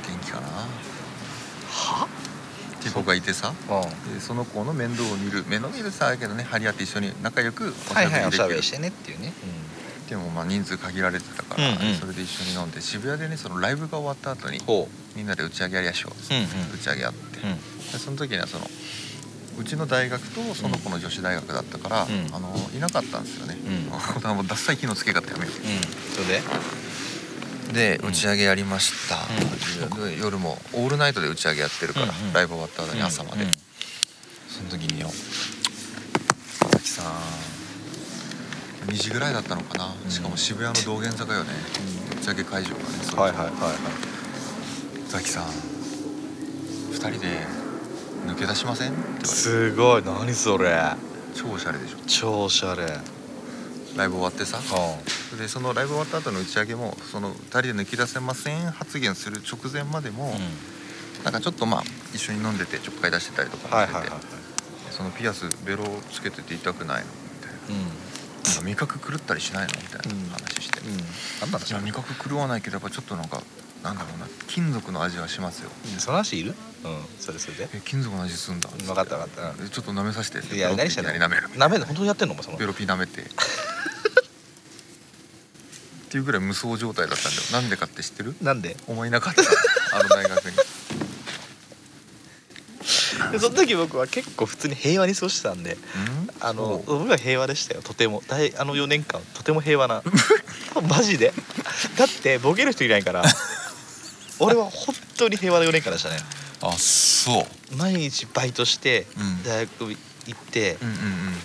Speaker 3: 元気かなっていう子がいてさ
Speaker 2: うんうん
Speaker 3: でその子の面倒を見る面倒見るさだけどね張り合って一緒に仲良くおし
Speaker 2: はい
Speaker 3: ゃ
Speaker 2: は
Speaker 3: べ
Speaker 2: いお
Speaker 3: りで
Speaker 2: しゃべり
Speaker 3: き
Speaker 2: し
Speaker 3: る
Speaker 2: てねっていうね、
Speaker 3: でもまあ人数限られてたか
Speaker 2: う
Speaker 3: ら、
Speaker 2: んうん
Speaker 3: それで一緒に飲んで渋谷でねそのライブが終わった後に
Speaker 2: うん、ほ
Speaker 3: みんなで打ち上げやりやしょうっつって
Speaker 2: うんうん
Speaker 3: 打ち上げやって、
Speaker 2: う、うん、
Speaker 3: でその時にはそのうちの大学とその子の女子大学だったから、
Speaker 2: うん
Speaker 3: あのいなかったんですよね、
Speaker 2: うん
Speaker 3: だからもうダッサい火のつけ方やめ
Speaker 2: うん、
Speaker 3: よ
Speaker 2: それで
Speaker 3: うで打ち上げやりました、で夜もオールナイトで打ち上げやってるから、
Speaker 2: うんうん
Speaker 3: ライブ終わった後に朝まで、
Speaker 2: うん
Speaker 3: その時によ佐々木さん2時ぐらいだったのかな、
Speaker 2: うん
Speaker 3: しかも渋谷の道玄坂よね、打ち上げ会場がねそれ
Speaker 2: はいはいはいはい
Speaker 3: 佐々木さん2人で抜け出しませんって言われて
Speaker 2: すごい何それ
Speaker 3: 超おしゃれでしょ
Speaker 2: 超おしゃれうん
Speaker 3: ライブ終わってさでそのライブ終わった後の打ち上げもその2人で抜き出せません発言する直前までも、なんかちょっとまあ一緒に飲んでてちょっかい出してたりとかも
Speaker 2: はいはい
Speaker 3: してて、
Speaker 2: はいはい
Speaker 3: そのピアスベロつけてて痛くないのみたいななんか味覚狂ったりしないのみたい
Speaker 2: うん
Speaker 3: な話して、
Speaker 2: うん、うん、なんだろ
Speaker 3: いや味覚狂わないけどやっぱちょっとなんかなんだろうな金属の味はしますよ
Speaker 2: うその話いるうんそれそれで
Speaker 3: え金属の味すんだ
Speaker 2: 分かった分かっ
Speaker 3: でちょっと舐めさせて
Speaker 2: たいや何してんの
Speaker 3: ベロっていきなり舐める
Speaker 2: 舐める本当にやってんのお前その
Speaker 3: ベロピ舐 めてっていうぐらい無双状態だったんだよなんでかって知ってる
Speaker 2: なんで
Speaker 3: お前いなかった あの大学に
Speaker 2: でその時僕は結構普通に平和に過ごしてたんであの
Speaker 3: そう
Speaker 2: 僕は平和でしたよとても大あの4年間とても平和な マジでだってボケる人いないから 俺は本当に平和な4年間でしたね
Speaker 3: あそう
Speaker 2: 毎日バイトして
Speaker 3: うん
Speaker 2: 大学行って、
Speaker 3: うんうんうん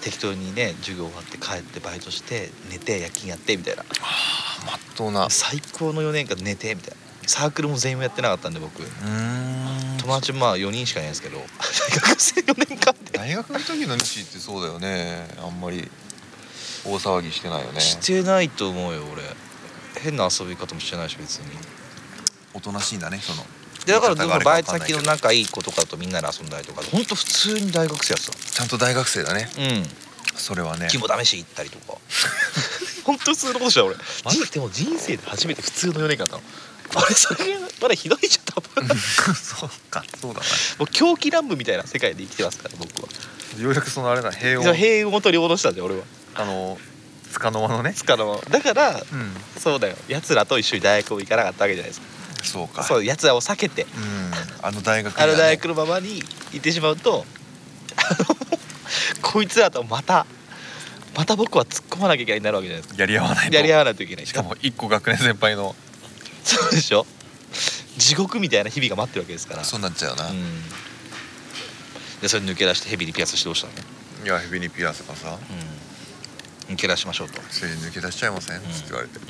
Speaker 2: 適当にね授業終わって帰ってバイトして寝て夜勤やってみたいな
Speaker 3: あまっとうなう
Speaker 2: 最高の4年間寝てみたいなサークルも全員もやってなかったんで僕
Speaker 3: ーん
Speaker 2: 友達まあ4人しかいないんですけど大学生4年間で
Speaker 3: 大学の時の西ってそうだよねあんまり大騒ぎしてないよね
Speaker 2: してないと思うよ俺変な遊び方もしてないし別に。
Speaker 3: おとなしいんだねその
Speaker 2: でだからで
Speaker 3: 言い
Speaker 2: も
Speaker 3: 方が
Speaker 2: バ
Speaker 3: あ
Speaker 2: イ
Speaker 3: れ
Speaker 2: ト
Speaker 3: かわかんない
Speaker 2: 先
Speaker 3: けど
Speaker 2: の仲いい子とかとみんなで遊んだりとかほんと普通に大学生やって
Speaker 3: ちゃんと大学生だね
Speaker 2: たうん
Speaker 3: それはね
Speaker 2: 肝試し行ったりとか 本当普通のことした俺人でも人生で初めて普通の4年間だったの俺それがまだひどいじゃん多 分も
Speaker 3: そうかそうだ
Speaker 2: う狂気乱舞みたいな世界で生きてますから僕は
Speaker 3: なようやくそのあれだ平
Speaker 2: じゃあ
Speaker 3: 穏
Speaker 2: 平穏を取り戻したんで俺は
Speaker 3: あのつかの間のね
Speaker 2: つかのだから
Speaker 3: うん
Speaker 2: そうだよ奴らと一緒に大学を行かなかったわけじゃないですか
Speaker 3: そうか
Speaker 2: そう奴らを避けて
Speaker 3: うんあの大学
Speaker 2: あ
Speaker 3: にはね
Speaker 2: の大学のままに行ってしまうとあの こいつらとまたまた僕は突っ込まなきゃいけないになるわけじゃないです
Speaker 3: やり合わない
Speaker 2: か
Speaker 3: と
Speaker 2: やり合わないといけない
Speaker 3: しかも一個学年先輩の
Speaker 2: そうでしょ地獄みたいな日々が待ってるわけですから
Speaker 3: そうなっちゃうな、
Speaker 2: うんでそれ抜け出してヘビにピアスしてどうしたのね、
Speaker 3: いやヘビにピアスがさ
Speaker 2: うん、抜け出しましょうと、
Speaker 3: 「それ抜け出しちゃいません?」っ
Speaker 2: ん
Speaker 3: つって言われて
Speaker 2: う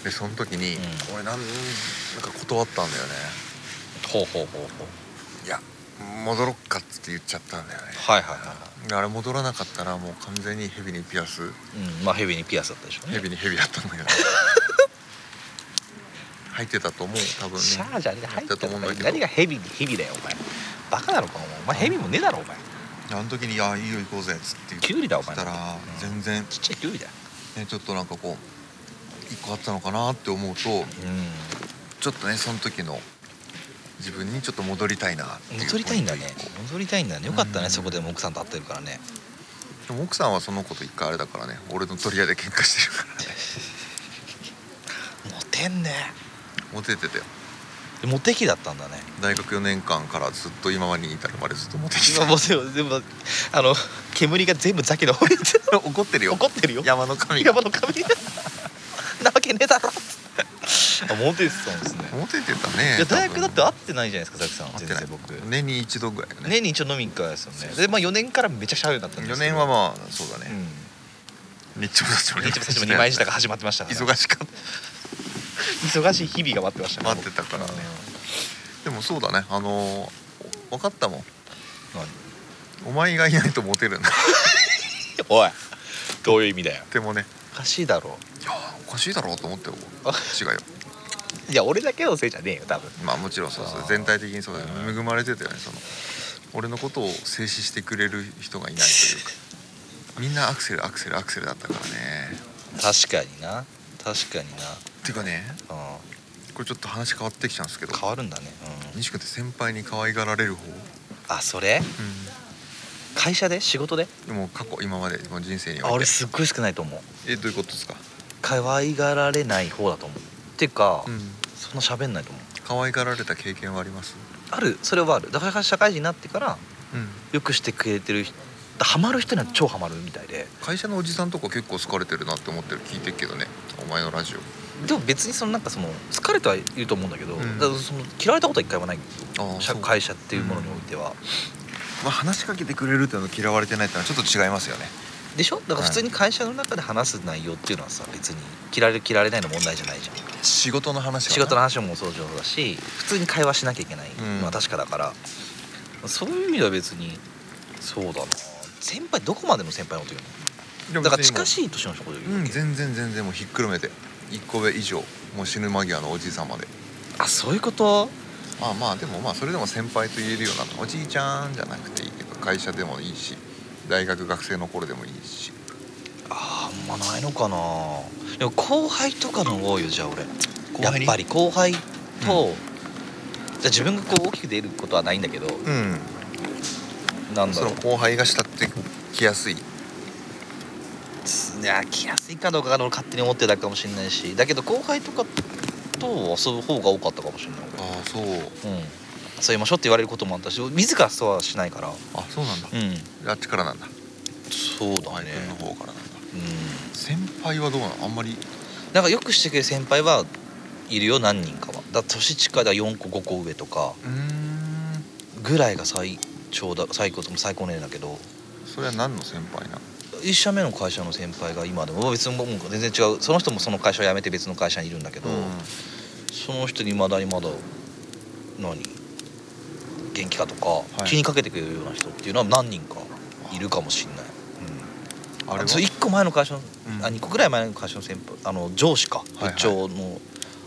Speaker 2: ん、
Speaker 3: でその時に、
Speaker 2: う
Speaker 3: 俺なんなんか断ったんだよね
Speaker 2: ほうほうほうほう
Speaker 3: いや戻ろっかっつって言っちゃったんだよね
Speaker 2: はいはいはいは
Speaker 3: であれ戻らなかったらもう完全にヘビにピアス
Speaker 2: い、うん、まあヘビにピアスだったでしょうね
Speaker 3: ヘビにヘビだったんだ けど入ってたと思う多分ね
Speaker 2: シャーじゃねえ入った
Speaker 3: と思うんだけど
Speaker 2: 何がヘビにヘビだよお前バカなのかお前ヘビもねえだろお前
Speaker 3: あの時に「いやいいよ行こうぜ」っつって
Speaker 2: キ
Speaker 3: 言
Speaker 2: ュウリだお前
Speaker 3: ったら
Speaker 2: うん
Speaker 3: 全然、
Speaker 2: ちっちゃいキュウリだ
Speaker 3: ね、ちょっとなんかこう一個あったのかなって思うと
Speaker 2: う
Speaker 3: ちょっとねその時の自分にちょっと戻りたいなって
Speaker 2: ん
Speaker 3: いう
Speaker 2: 戻りたいんだね
Speaker 3: ポイント一個
Speaker 2: 戻りたいんだねよかった
Speaker 3: う
Speaker 2: ね
Speaker 3: ん
Speaker 2: そこでも奥さんと会ってるからね
Speaker 3: でも奥さんはその子と一回あれだからね俺の取り合いで喧嘩してるからね
Speaker 2: モテんね
Speaker 3: モテてたよ
Speaker 2: でモテ期だったんだね
Speaker 3: 大学4年間からずっと今に至るまでずっとモテて
Speaker 2: 今
Speaker 3: た
Speaker 2: モテよ全部あの煙が全部ザキの方に行 ってる
Speaker 3: 怒ってるよ
Speaker 2: 怒ってるよ
Speaker 3: 山の神が
Speaker 2: 山の神なわけねえ だろあモテてたんですね
Speaker 3: モテてたね
Speaker 2: いや大
Speaker 3: 多
Speaker 2: 学
Speaker 3: 分
Speaker 2: だって会ってないじゃないですかザキさん
Speaker 3: 会
Speaker 2: 全
Speaker 3: って
Speaker 2: 然
Speaker 3: ない
Speaker 2: 僕
Speaker 3: 年に一度ぐらいだね
Speaker 2: 年に一応飲みに行くからですよねでまあ4年からめちゃくちゃ早くなったんで
Speaker 3: 4
Speaker 2: すけど
Speaker 3: 年はまあそうだね、
Speaker 2: う
Speaker 3: 日曜だし
Speaker 2: ん日曜日も2枚舌が始まってましたから
Speaker 3: 忙しかっ
Speaker 2: 忙しい日々が待ってました
Speaker 3: た待ってたからねたでもそうだねあのー分かったもん
Speaker 2: うん何
Speaker 3: お前がいないとモテるんだ
Speaker 2: おいどういう意味だよ
Speaker 3: でもね
Speaker 2: おかしいだろ
Speaker 3: いやーおかしいだろうと思ってよ
Speaker 2: あ
Speaker 3: 違うよ
Speaker 2: いや俺だけのせいじゃねえよ多分
Speaker 3: まあもちろんそうそう
Speaker 2: あー
Speaker 3: 全体的にそうだよ
Speaker 2: う
Speaker 3: ね恵まれてたよねその俺のことを制止してくれる人がいないというかみんなアクセルアクセルアクセルだったからね
Speaker 2: 確かにな確かに
Speaker 3: ていうかね
Speaker 2: な、
Speaker 3: これちょっと話変わってきちゃうんですけ
Speaker 2: う
Speaker 3: ど
Speaker 2: ん、変わるんだね、うん、
Speaker 3: 西君って先輩に可愛がられる方、
Speaker 2: あそれ会社で仕事で
Speaker 3: でも過去今までもう人生に
Speaker 2: あ
Speaker 3: おい
Speaker 2: 俺
Speaker 3: て
Speaker 2: すっごい少ないと思う
Speaker 3: えどういうことですか、
Speaker 2: 可愛がられない方だと思うてか、
Speaker 3: うん、
Speaker 2: そんな喋んないと思う
Speaker 3: 可愛がられた経験はあります
Speaker 2: あるそれはあるだから社会人になってから
Speaker 3: うん
Speaker 2: よくしてくれてる人ハマる人には超ハマるみたいで
Speaker 3: 会社のおじさんとか結構好かれてるなって思ってる聞いてるけどねお前のラジオ
Speaker 2: でも別にそのなんかその疲れてはいると思うんだけど、
Speaker 3: うん
Speaker 2: だからその嫌われたことは一回もないんですよ
Speaker 3: あ
Speaker 2: 社
Speaker 3: 会
Speaker 2: 会社っていうものにおいては、
Speaker 3: まあ、話しかけてくれるっていうの嫌われてないってのはちょっと違いますよね
Speaker 2: でしょだから普通に会社の中で話す内容っていうのはさ別に嫌われる嫌われないの問題じゃないじゃん
Speaker 3: 仕事の話は
Speaker 2: 仕事の話もそう上手だし普通に会話しなきゃいけない
Speaker 3: うん
Speaker 2: のは確かだから、そういう意味では別にそうだな先輩どこまでの先輩のこと言う
Speaker 3: で
Speaker 2: の
Speaker 3: も
Speaker 2: だ
Speaker 3: 別
Speaker 2: から
Speaker 3: にも
Speaker 2: 近
Speaker 3: う
Speaker 2: しい年の人のこと言う
Speaker 3: う
Speaker 2: わ
Speaker 3: ん
Speaker 2: け、
Speaker 3: 全然全然もうひっくるめて1個上以上もう死ぬ間際のおじいさんまで
Speaker 2: あそういうこと
Speaker 3: まあまあでもまあそれでも先輩と言えるようなおじいちゃんじゃなくていいけど会社でもいいし大学学生の頃でもいいし
Speaker 2: あーあんまないのかなでも後輩とかの方が多いよじゃあ俺
Speaker 3: 後
Speaker 2: や
Speaker 3: 輩
Speaker 2: っ
Speaker 3: に
Speaker 2: ぱり後輩と、じゃあ自分がこう大きく出ることはないんだけど
Speaker 3: うん
Speaker 2: なんだ
Speaker 3: そ
Speaker 2: ろ
Speaker 3: の
Speaker 2: う
Speaker 3: 後輩が慕ってきやすい
Speaker 2: いや来やすいかどうかが俺勝手に思ってたかもしれないしだけど後輩とかと遊ぶ方が多かったかもしれない
Speaker 3: ああそう
Speaker 2: 俺うんそう言いましょうって言われることもあったし自らそうはしないからう
Speaker 3: あそうなんだ
Speaker 2: ん
Speaker 3: あっちからなんだ
Speaker 2: そう
Speaker 3: 後
Speaker 2: だ
Speaker 3: 輩
Speaker 2: ね
Speaker 3: 君の方からなんだ
Speaker 2: う
Speaker 3: 先輩はどうなのあんまり
Speaker 2: んなんかよくしてくれる先輩はいるよ何人かはだ年近いだ4個5個上とか
Speaker 3: うーん
Speaker 2: ぐらいが最長だ最高最高年だけど
Speaker 3: それは何の先輩なの
Speaker 2: 1社目の会社の先輩が今でも別にもう全然違うその人もその会社を辞めて別の会社にいるんだけど、その人にまだにまだ何元気かとか、
Speaker 3: い
Speaker 2: 気にかけてくれるような人っていうのは何人かいるかもしんない
Speaker 3: あれは
Speaker 2: そう1個前の会社の、
Speaker 3: うん
Speaker 2: あ2個ぐらい前の会社の先輩あの上司か
Speaker 3: いはい
Speaker 2: 部長の、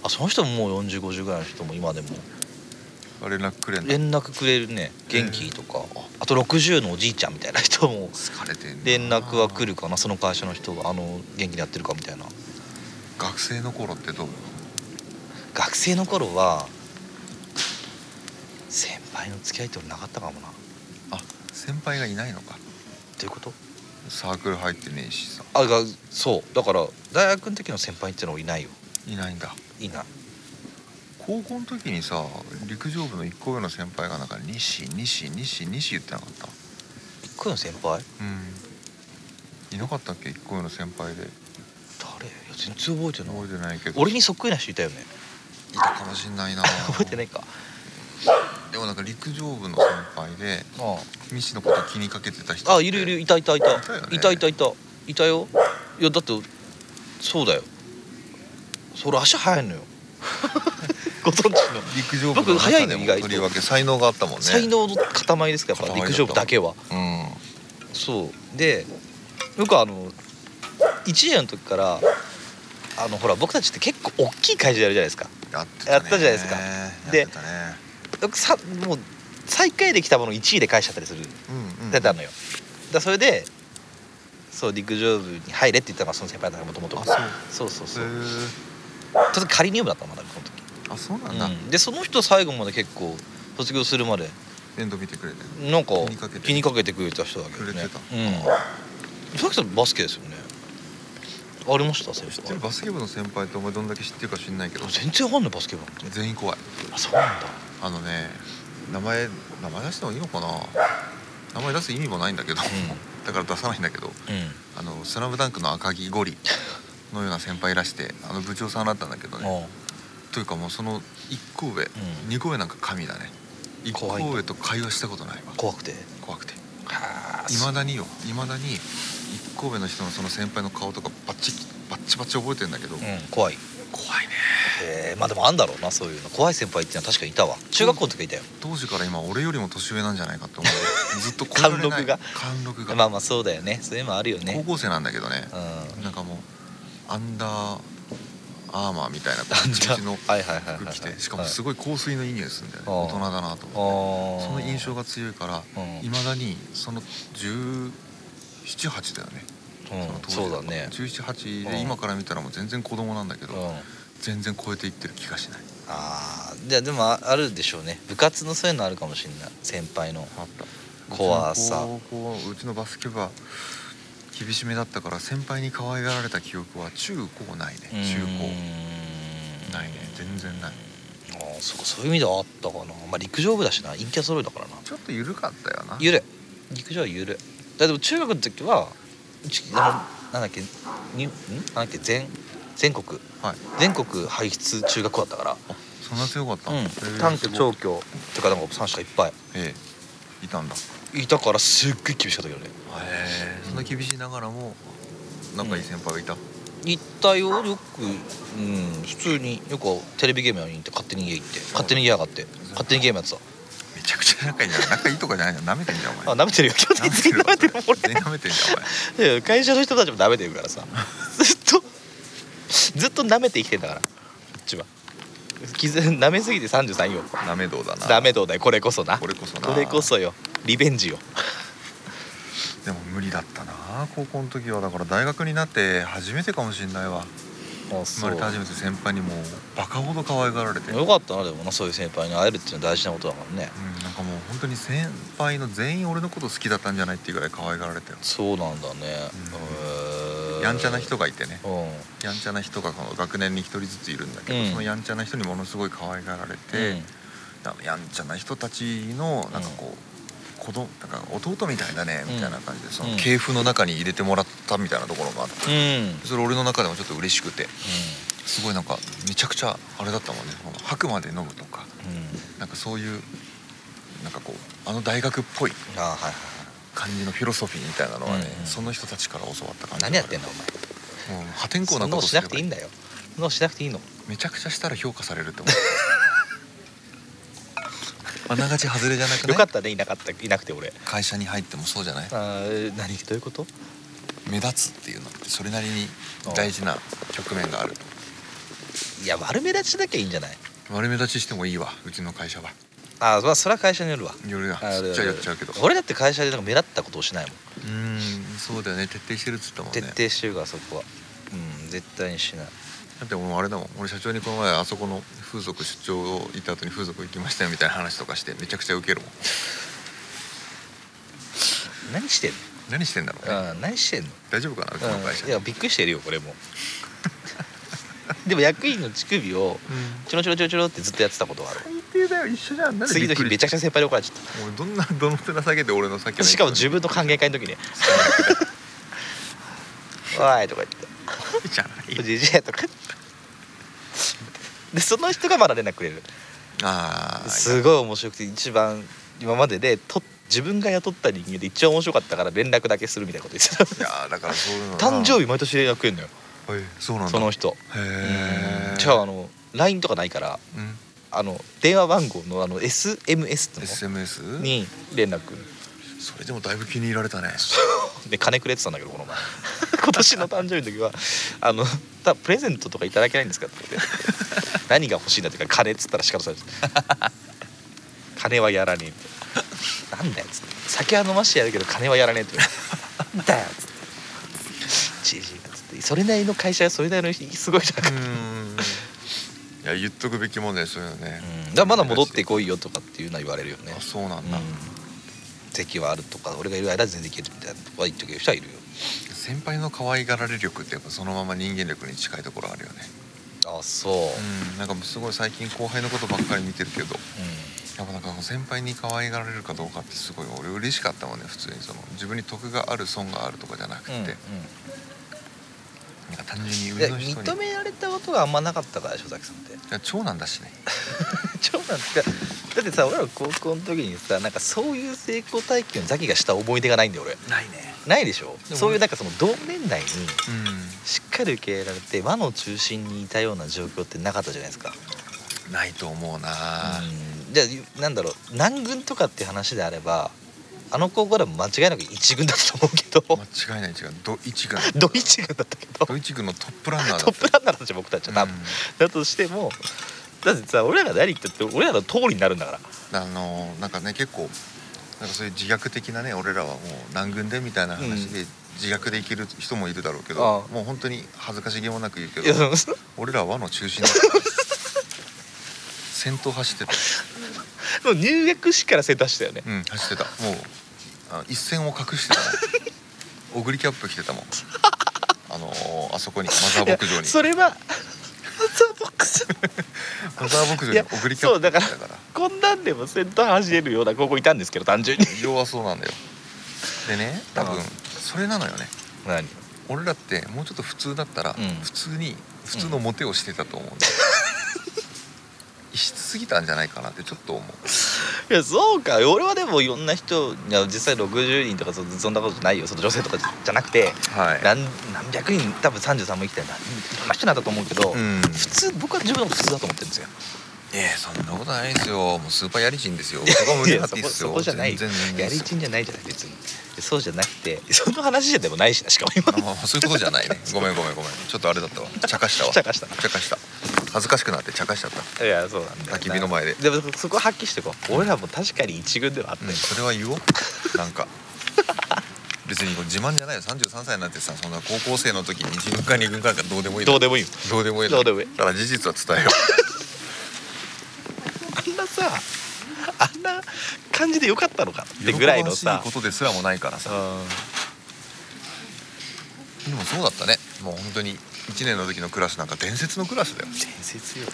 Speaker 2: あその人ももう4050ぐらいの人も今でも
Speaker 3: あ連絡くれんの
Speaker 2: 連絡くれるね元気とかあと60のおじいちゃんみたいな人も
Speaker 3: 疲れてんな
Speaker 2: 連絡は来るかなその会社の人があの元気にやってるかみたいな
Speaker 3: 学生の頃ってどう
Speaker 2: 学生の頃は先輩の付き合いって俺なかったかもな
Speaker 3: あ先輩がいないのか
Speaker 2: どういうこと
Speaker 3: サークル入ってねえしさ
Speaker 2: あがそうだから大学の時の先輩っていうのはいないよ
Speaker 3: いないんだ
Speaker 2: いない
Speaker 3: 高校の時にさ陸上部の一個上の先輩がなんか「西西西西」言ってなかった
Speaker 2: 一個上の先輩
Speaker 3: うんいなかったっけ一個上の先輩で
Speaker 2: 誰いや全然覚えてない
Speaker 3: 覚えてないけど
Speaker 2: 俺にそっくりな人いたよね
Speaker 3: いたかもしんないな
Speaker 2: 覚えてないか
Speaker 3: でもなんか陸上部の先輩で
Speaker 2: あ
Speaker 3: 西のこと気にかけてた人
Speaker 2: ああいるいるいたいたいた
Speaker 3: いたよね
Speaker 2: いたいたいたいたよいやだってそうだよそれ足速い のよご存知の
Speaker 3: 陸上部
Speaker 2: 僕
Speaker 3: の
Speaker 2: 早い
Speaker 3: 中
Speaker 2: の
Speaker 3: で
Speaker 2: 意
Speaker 3: も
Speaker 2: 外と
Speaker 3: とりわけ才能があったもんね
Speaker 2: 才能の塊ですからやっぱ
Speaker 3: 塊だった
Speaker 2: 陸上部だけは
Speaker 3: うん
Speaker 2: そうで僕はあの1年の時からあのほら僕たちって結構大きい会社やるじゃないですか
Speaker 3: やって
Speaker 2: や
Speaker 3: たね
Speaker 2: ったじゃないですか
Speaker 3: やっ
Speaker 2: で
Speaker 3: てたね
Speaker 2: 僕さもう最下位で来たもの1位で返しちゃったりする
Speaker 3: うんうん
Speaker 2: 出たのよだそれでそう陸上部に入れって言ったのがその先輩だからもともと
Speaker 3: あそう
Speaker 2: そうそうそうち
Speaker 3: へー
Speaker 2: ょっと仮入部だったのまだこの時
Speaker 3: あそうなんだ、
Speaker 2: うんでその人最後まで結構卒業するまで
Speaker 3: 面倒見てくれて
Speaker 2: なんか
Speaker 3: 気にかけて
Speaker 2: 気にかけてくれた人だけどね
Speaker 3: くれてた
Speaker 2: うんさっきさんバスケですよねありましたそういう
Speaker 3: 知
Speaker 2: 人
Speaker 3: ってるバスケ部の先輩ってお前どんだけ知ってるか知んないけど
Speaker 2: 全然わかんないバスケ部なんて
Speaker 3: 全員怖い
Speaker 2: あそうなんだ
Speaker 3: あのね名前名前出してもいいのかな名前出す意味もないんだけど、 だから出さないんだけど
Speaker 2: うん
Speaker 3: あの「スラムダンクの赤木ゴリのような先輩いらしてあの部長さんだったんだけどね
Speaker 2: あ
Speaker 3: というかもうその1個上、
Speaker 2: ん
Speaker 3: 二2個上なんか神だね1
Speaker 2: 怖いんだ
Speaker 3: 個上と会話したことないわ
Speaker 2: あ怖くて
Speaker 3: 怖くて
Speaker 2: あ
Speaker 3: いまだによいまだに1個上の人のその先輩の顔とかバッチバッチバチ覚えてんだけど、
Speaker 2: うん怖い
Speaker 3: 怖いね
Speaker 2: へえまあでもあんだろうなそういうの怖い先輩っていうのは確かにいたわ中学校の時はいたよ
Speaker 3: 当時から今俺よりも年上なんじゃないかって思 うずっと超えられない
Speaker 2: 貫禄が
Speaker 3: 貫禄が
Speaker 2: まあまあそうだよねそういうのもあるよね
Speaker 3: 高校生なんだけどね
Speaker 2: う、ん
Speaker 3: なんかもうアンダーアーマーみたいな
Speaker 2: だん
Speaker 3: ち
Speaker 2: だ
Speaker 3: み
Speaker 2: ん
Speaker 3: ちの
Speaker 2: はいはいはいはい
Speaker 3: 服着
Speaker 2: は
Speaker 3: て
Speaker 2: い
Speaker 3: しかもすごい香水のいい匂いするんだよね
Speaker 2: はい
Speaker 3: 大人だなと
Speaker 2: あ
Speaker 3: 思って
Speaker 2: ー
Speaker 3: その印象が強いから
Speaker 2: うん
Speaker 3: いまだにその178だよね
Speaker 2: うんそうだね
Speaker 3: 178
Speaker 2: うん
Speaker 3: で今から見たらもう全然子供なんだけ
Speaker 2: う
Speaker 3: ど
Speaker 2: ん
Speaker 3: 全然超えていってる気がしない
Speaker 2: ああででもああるでしょうね部活のそういうのあるかもしれない先輩の
Speaker 3: あった
Speaker 2: 怖さ
Speaker 3: うちの高校うちのバスケ部は厳しめだったから先輩に可愛がられた記憶は中高ないね
Speaker 2: うーん
Speaker 3: 中高ないね全然ない
Speaker 2: ああそうかそういう意味ではあったかなまあ陸上部だしな陰キャ揃いだからな
Speaker 3: ちょっと緩かったよな
Speaker 2: ゆるい陸上はゆるいだでも中学の時はうちあのなんだっけにんなんだっけ全全国
Speaker 3: はい
Speaker 2: 全国輩出中学校だったか
Speaker 3: あそんな強かった
Speaker 2: ら、うん
Speaker 3: へー、
Speaker 2: 短距
Speaker 3: すご
Speaker 2: 長
Speaker 3: い
Speaker 2: 距とかなんか三者いっぱい
Speaker 3: ええいたんだ
Speaker 2: いたからすっごい厳しかったけどね
Speaker 3: へえそんな厳しいながらも仲いい先輩がいた、
Speaker 2: 行ったよよく、うん、普通によくテレビゲームやりに行って勝手に家行って勝手に家上がって勝手にゲームやってた
Speaker 3: めちゃくちゃ仲いいじゃん仲いいとかじゃないじゃん舐めてんじゃんお
Speaker 2: あ
Speaker 3: 前
Speaker 2: 舐めてるよ今日全員 舐めてる
Speaker 3: 全
Speaker 2: 俺
Speaker 3: 然舐めてんじゃんお前
Speaker 2: いや会社の人たちも舐めてるからさずっとずっと舐めて生きてんだからこっちは傷舐めすぎて33よ
Speaker 3: 舐め道だな
Speaker 2: ダメどうだいこれこそな
Speaker 3: これこそな
Speaker 2: これこそよリベンジよ
Speaker 3: でも無理だったな高校の時はだから大学になって初めてかもしんないわ生まれて初めて先輩にもうバカほど可愛がられて、うん、な
Speaker 2: よかったなでもなそういう先輩に会えるっていうのは大事なことだからね
Speaker 3: んかもう本当に先輩の全員俺のこと好きだったんじゃないっていうぐらい可愛がられてよ
Speaker 2: そうなんだね、へー
Speaker 3: やんちゃな人がいてね
Speaker 2: うんうん
Speaker 3: やんちゃな人がこの学年に一人ずついるんだけど、
Speaker 2: うん
Speaker 3: そのやんちゃな人にものすごい可愛がられて、あのやんちゃな人たちのなんかこう、子供なんか弟みたいだねみたいな感じで、そ
Speaker 2: うん
Speaker 3: の系譜の中に入れてもらったみたいなところがあって
Speaker 2: うん、うん
Speaker 3: それ俺の中でもちょっと嬉しくてすごいなんかめちゃくちゃあれだったもんねこの吐くまで飲むとか
Speaker 2: うん
Speaker 3: なんかそういうなんかこうあの大学っぽい
Speaker 2: あはいはいはい
Speaker 3: 感じのフィロソフィーみたいなのはね、
Speaker 2: うんうん
Speaker 3: その人たちから教わった感じ
Speaker 2: 何やってんだお
Speaker 3: 前もう破天
Speaker 2: 前
Speaker 3: 荒
Speaker 2: そ
Speaker 3: なん
Speaker 2: なこと
Speaker 3: こ
Speaker 2: とし
Speaker 3: すれ
Speaker 2: な
Speaker 3: ば
Speaker 2: くていいんだよそんなことしなくていいの
Speaker 3: めちゃくちゃしたら評価されるって思う あながち外れじゃなく
Speaker 2: よか
Speaker 3: ない
Speaker 2: ったねいなかったいなくて俺
Speaker 3: 会社に入ってもそうじゃな
Speaker 2: あ
Speaker 3: い
Speaker 2: ー何どういうこと
Speaker 3: 目立つっていうのってそれなりに大事な局面がある
Speaker 2: いや悪目立ちしなきゃいいんじゃない
Speaker 3: 悪目立ちしてもいいわうちの会社は
Speaker 2: あまあそれは会社によるわ
Speaker 3: よるな
Speaker 2: あ
Speaker 3: ちっちゃいやっちゃうけど
Speaker 2: 俺だって会社でなんか目立ったことをしないもん
Speaker 3: うんそうだよね徹底してるっつったもんね
Speaker 2: 徹底してるからそこはうん絶対にしない
Speaker 3: だって俺もあれだもん俺社長にこの前あそこの風俗出張を行った後に風俗行きましたよみたいな話とかしてめちゃくちゃウケるもん
Speaker 2: 何してんの
Speaker 3: 何してんだろうね
Speaker 2: あー何してんの
Speaker 3: 大丈夫かなうちの会社
Speaker 2: うんいやびっくりしてるよこれもでも役員の乳首をチョロチョロチョロチョロってずっとやってたことはある
Speaker 3: 最低だよ一緒じゃんなんでび
Speaker 2: 次
Speaker 3: っ
Speaker 2: の
Speaker 3: く
Speaker 2: 日
Speaker 3: り
Speaker 2: めちゃくちゃ先輩に怒られちゃっ
Speaker 3: もうどんなどの手な下げて俺の先
Speaker 2: たしかも自分の歓迎会の時ね「おい」とか言って
Speaker 3: じゃな
Speaker 2: 「
Speaker 3: い
Speaker 2: じじい」とかでその人がまだ連絡くれる
Speaker 3: ああ
Speaker 2: すごい面白くて一番今まででと自分が雇った人間で一番面白かったから連絡だけするみたいなこと言って
Speaker 3: いやーだからそういうの
Speaker 2: た誕生
Speaker 3: 日
Speaker 2: 日毎年連絡くれんのよ
Speaker 3: そうなんだ
Speaker 2: その人
Speaker 3: へえ
Speaker 2: じゃああの LINE とかないから
Speaker 3: うん
Speaker 2: あの電話番号のあの SMS っての
Speaker 3: SMS
Speaker 2: に連絡
Speaker 3: それでもだいぶ気に入られたね
Speaker 2: で金くれてたんだけどこの前 今年の誕生日の時は「あのたプレゼントとかいただけないんですか?」って言って「何が欲しいんだ?」って言うから「金」っつったら叱らされて「 金はやらねえ」って「なんだよ」っつって「酒は飲ましてやるけど金はやらねえ」って言われて「なんだよ」っつって「じじいが」っつってそれなりの会社それなりのすごいな
Speaker 3: うーんいや言っとくべきもんだよそういうのね
Speaker 2: うん、だからまだ戻ってこいよとかっていうのは言われるよね
Speaker 3: あそうなんだ
Speaker 2: うん席はあるとか俺がいる間は全然いけるみたいなとか言っとける人はいるよ
Speaker 3: 先輩の可愛がられ力ってやっぱそのまま人間力に近いところあるよね
Speaker 2: あそう
Speaker 3: うんなんかもうすごい最近後輩のことばっかり見てるけど
Speaker 2: う
Speaker 3: やっぱなんかこう先輩に可愛がられるかどうかってすごい俺嬉しかったもんね普通にその自分に得がある損があるとかじゃなくて、
Speaker 2: んうん
Speaker 3: なんか単純に
Speaker 2: で
Speaker 3: 上の人に
Speaker 2: 認められたことがあんまなかったから翔崎さんって
Speaker 3: いや長男だしね
Speaker 2: 長男ってだってさ俺ら高校の時にさなんかそういう成功体験をザキがした思い出がないんだよ俺
Speaker 3: ないね
Speaker 2: ないでしょ
Speaker 3: も
Speaker 2: そういうなんかその同年代に
Speaker 3: う
Speaker 2: しっかり受け入れられて和の中心にいたような状況ってなかったじゃないですか
Speaker 3: んないと思うな、
Speaker 2: うんじゃあなんだろう南軍とかって話であればあの高校でも間違いなく一軍だったと思うけど、
Speaker 3: 間違いない違うドイチ軍
Speaker 2: ドイツ軍だったけど
Speaker 3: ドイチ軍のトップランナーだ
Speaker 2: トップランナーたち僕たちは多分、
Speaker 3: うん
Speaker 2: だとしてもだってさ俺らが何言ったって俺らの通りになるんだから
Speaker 3: あのなんかね結構なんかそういう自虐的なね俺らはもう南軍でみたいな話で、自虐でいける人もいるだろうけど
Speaker 2: ああ
Speaker 3: もう本当に恥ずかしげもなく言うけ
Speaker 2: いや
Speaker 3: ど
Speaker 2: そのその
Speaker 3: 俺らは和の中心だから先頭走ってた
Speaker 2: その入学式から生徒走ったよね
Speaker 3: うん走ってたもうあ一線を隠してた ねオグリキャップ着てたもんあのーあそこにマザー牧
Speaker 2: い
Speaker 3: 場
Speaker 2: や
Speaker 3: に
Speaker 2: それは そう牧場
Speaker 3: マザー牧場
Speaker 2: い
Speaker 3: に
Speaker 2: や
Speaker 3: オグリキャッ
Speaker 2: そ
Speaker 3: プ
Speaker 2: う
Speaker 3: 着て
Speaker 2: だか
Speaker 3: た
Speaker 2: ら
Speaker 3: から
Speaker 2: こんなんでも先頭走れるような高校いたんですけど単純に
Speaker 3: 要はそうなんだよでね多分
Speaker 2: あ
Speaker 3: それなのよね
Speaker 2: 何
Speaker 3: 俺らってもうちょっと普通だったら、
Speaker 2: うん
Speaker 3: 普通に普通のモテをしてたと思うんだよ、異質すぎたんじゃないかなってちょっと思う
Speaker 2: いやそうか俺はでもいろんな人いや実際60人とかそそんなことないよその女性とかじゃなくて
Speaker 3: はい
Speaker 2: 何何百人多分33も生きてるんだいろんな人なんだと思うけど、
Speaker 3: うん
Speaker 2: 普通僕は自分のこと普通だと思ってるんですよ
Speaker 3: ええそんなことないですよもうスーパーやりちんです よそこは胸張っていい
Speaker 2: い
Speaker 3: っ
Speaker 2: や
Speaker 3: す
Speaker 2: そ
Speaker 3: よ
Speaker 2: こそこじゃない
Speaker 3: 全然
Speaker 2: やりちんじゃないじゃない別にそうじゃなく てその話でもないしなしかも今
Speaker 3: あまあそういうことじゃないねごめんごめんごめんちょっとあれだったわ茶化したわ
Speaker 2: 茶化した
Speaker 3: 茶化した恥ずかしくなって茶化しちゃった
Speaker 2: いやそうなんだよな
Speaker 3: 焚き火の前で
Speaker 2: でもそこは発揮してこう俺らも確かに一軍ではあった
Speaker 3: うん
Speaker 2: よ、
Speaker 3: それは言おうなんか別にこれ自慢じゃないよ33歳になってさそんな高校生の時に1軍か2軍かなんかどうでもいい
Speaker 2: どう
Speaker 3: で
Speaker 2: でもいいよ
Speaker 3: どうでもいい
Speaker 2: どうでもいい
Speaker 3: だから事実は伝えよ
Speaker 2: あんなさあんな感じでよかったのか っ
Speaker 3: う
Speaker 2: てぐらいのさ
Speaker 3: 喜ばしいことですらもないからさ
Speaker 2: うん
Speaker 3: でもそうだったねもう本当に1年の時のクラスなんか伝説のクラスだよ
Speaker 2: 伝説よ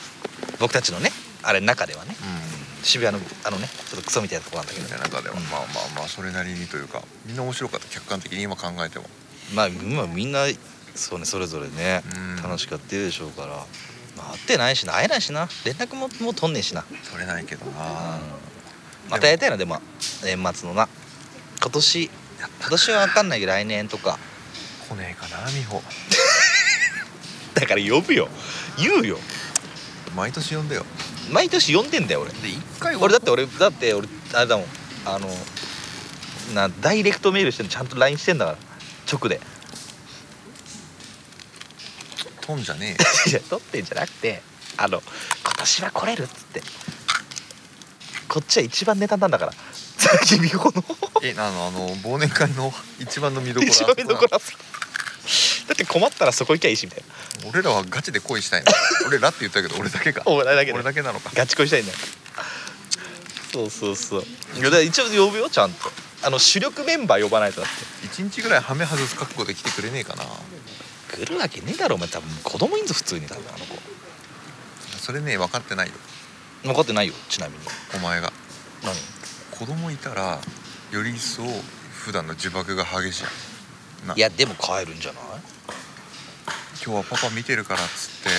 Speaker 2: 僕たちのねあれの中ではね
Speaker 3: うん
Speaker 2: 渋谷のあのねちょっとクソみたいなとこなんだけ
Speaker 3: み
Speaker 2: ど
Speaker 3: たいな中では、まあまあまあそれなりにというかみんな面白かった客観的に今考えても
Speaker 2: まあ今みんなそうねそれぞれね
Speaker 3: うん
Speaker 2: 楽しくやってるでしょうから、まあ、会ってないしな会えないしな連絡ももう取んねえしな、
Speaker 3: 取れないけどな
Speaker 2: またやりたいなでも年末のな今年今年は分かんないけど来年とか
Speaker 3: 来ねえかな美穂
Speaker 2: だから呼ぶよ言うよ
Speaker 3: 毎年呼んでよ
Speaker 2: 毎年呼んでんだよ俺
Speaker 3: で一回
Speaker 2: 俺だって俺だって俺あれだもんあのなダイレクトメールしてんのちゃんと LINE してんだから直で
Speaker 3: 飛んじゃねえよ
Speaker 2: いや取ってんじゃなくてあの今年は来れるっつってこっちは一番ネタなんだから君この
Speaker 3: えあのあの忘年会の 一番の見どこ ろ
Speaker 2: 一番見どころ
Speaker 3: あ
Speaker 2: だって困ったらそこ行きゃいいしみたいな
Speaker 3: そこな俺らはガチで恋したいの俺らって言ったけど俺だ けか
Speaker 2: お前だけで
Speaker 3: 俺だけなのか
Speaker 2: ガチ恋したいんだそうそうそういやだから一応呼ぶよちゃんとあの主力メンバー呼ばないとだっ
Speaker 3: 一日ぐらいハメ外す覚悟で来てくれねえかな
Speaker 2: て来るわけねえだろお前多分子供いんぞ普通に多分あの子
Speaker 3: それね分かってないよ
Speaker 2: 分かってないよちなみに
Speaker 3: お前が
Speaker 2: 何
Speaker 3: 子供いたらより一層普段の呪縛が激しいない
Speaker 2: やでも帰るんじゃない
Speaker 3: 今日はパパ見てるからっつって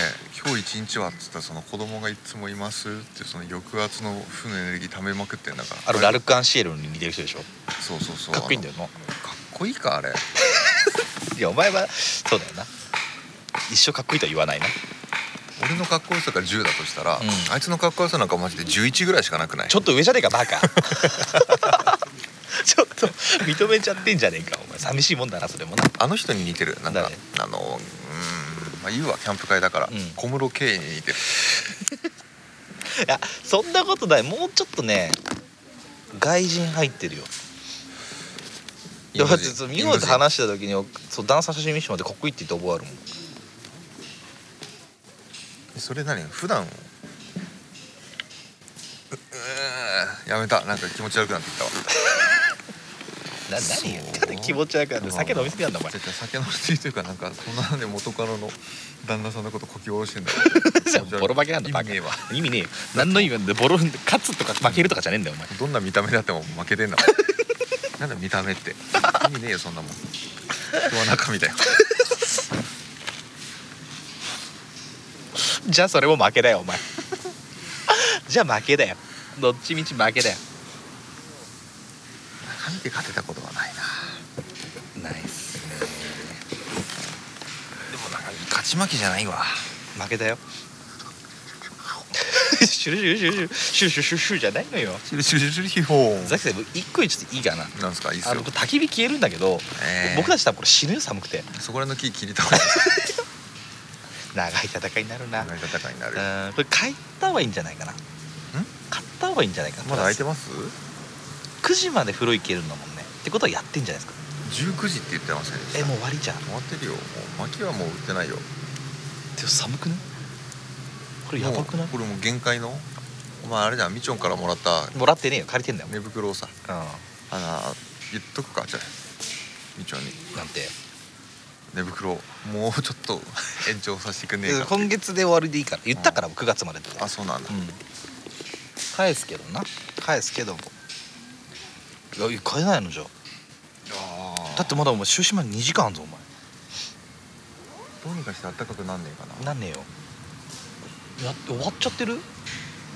Speaker 3: 今日一日はっつったらその子供がいつもいますってその抑圧の負のエネルギー溜めまくってんだから
Speaker 2: あのラルク・アンシエルに似てる人でしょ
Speaker 3: そうそうそう
Speaker 2: かっこいいんだよな
Speaker 3: あのかっこいいかあれ
Speaker 2: いやお前はそうだよな一生かっこいいとは言わないな
Speaker 3: 俺のかっこよさが10だとしたら、
Speaker 2: うん
Speaker 3: あいつのかっこよさなんかマジで11ぐらいしかなくない
Speaker 2: ちょっと上じゃねえかバカ ちょっと認めちゃってんじゃねえかお前寂しいもんだなそれもな
Speaker 3: あの人に似てるなんか、
Speaker 2: 誰
Speaker 3: あのうーんまあ言うわキャンプ会だから、
Speaker 2: うん
Speaker 3: 小室圭に似てる
Speaker 2: いやそんなことないもうちょっとね外人入ってるよだってそうミモと話した時にそうダンサー写真見せてもらってかっこいいって言って覚えあるもん
Speaker 3: それ何普段ううーやめたなんか気持ち悪くなってきたわ
Speaker 2: な
Speaker 3: そう
Speaker 2: 何言ってんだよ気持ち悪くなって酒飲みすぎなんだお前
Speaker 3: 違う違う酒飲みすぎというかなんかそんなで元カノの旦那さんのことこき下 ろしてんだ
Speaker 2: ボロ負けなんだ
Speaker 3: 意
Speaker 2: バ
Speaker 3: 味
Speaker 2: カ
Speaker 3: ねえわ
Speaker 2: 意味ねえよ何の意味なんでボロ勝つとか負けるとかじゃねえんだよお前
Speaker 3: どんな見た目であっても負けてんだなんだ見た目って意味ねえよそんなもん人は中身だよ
Speaker 2: じゃあそれも負けだよ お前じゃあ負けだよどっちみち負けだよ
Speaker 3: 中身で勝てたことはないな
Speaker 2: ナイス
Speaker 3: でもなんか勝ち負けじゃないわ
Speaker 2: 負けだよシュルシュルシュルシュルシュルシュルシュルじゃないのよ
Speaker 3: シュルシュルシュルヒホ
Speaker 2: ザキさんもう一個ちょっといいかな
Speaker 3: なんすかいいっす
Speaker 2: あの
Speaker 3: よ
Speaker 2: これ焚き火消えるんだけど、
Speaker 3: えー
Speaker 2: 僕たち多分これ死ぬよ寒くて
Speaker 3: そこらの木切りた方がいい
Speaker 2: 長い戦いになるな
Speaker 3: 長い戦いになる
Speaker 2: うんこれ買った方がいいんじゃないかなん買った方がいいんじゃないかな
Speaker 3: まだ空いて
Speaker 2: ま
Speaker 3: ます
Speaker 2: す9時まで風呂行けるんだもんねってことはやってんじゃないですか
Speaker 3: 19時って言ってませんでした
Speaker 2: えもう終わりじゃん
Speaker 3: 終わってるよもう薪はもう売ってないよ
Speaker 2: でも寒くないこれやばくない
Speaker 3: もうこれもう限界のお前あれじゃんみちょんからもらった
Speaker 2: もらってねえよ借りてんだよ、
Speaker 3: 寝袋をさ
Speaker 2: う
Speaker 3: あの言っとくかじゃあみちょんに
Speaker 2: んなんて
Speaker 3: 寝袋をもうちょっと 延長させてくんねえか
Speaker 2: 今月で終わりでいいから言ったから9月までって、
Speaker 3: あそうなんだ
Speaker 2: うん返すけどな返すけどもいやいや返えないのじゃあだってまだお前終始まで2時間あんぞお前
Speaker 3: どうにかして暖かくなんねえかな
Speaker 2: なんねえよや終わっちゃってる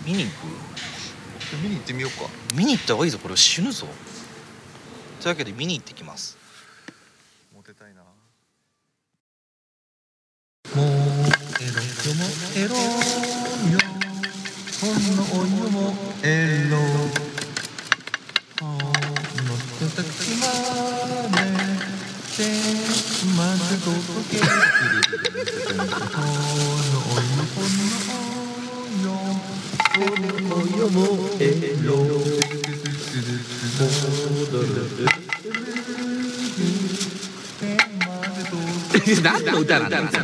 Speaker 2: 見に行く
Speaker 3: 見に行ってみようか
Speaker 2: 見に行った方がいいぞこれ死ぬぞというわけで見に行ってきます
Speaker 3: モテたいなもうエロよもエロよほんのお湯もエロほんのひとときまで全まずごぼ けほんのお湯ほんのお湯ほんのお湯もエロ
Speaker 4: 何の歌なんだ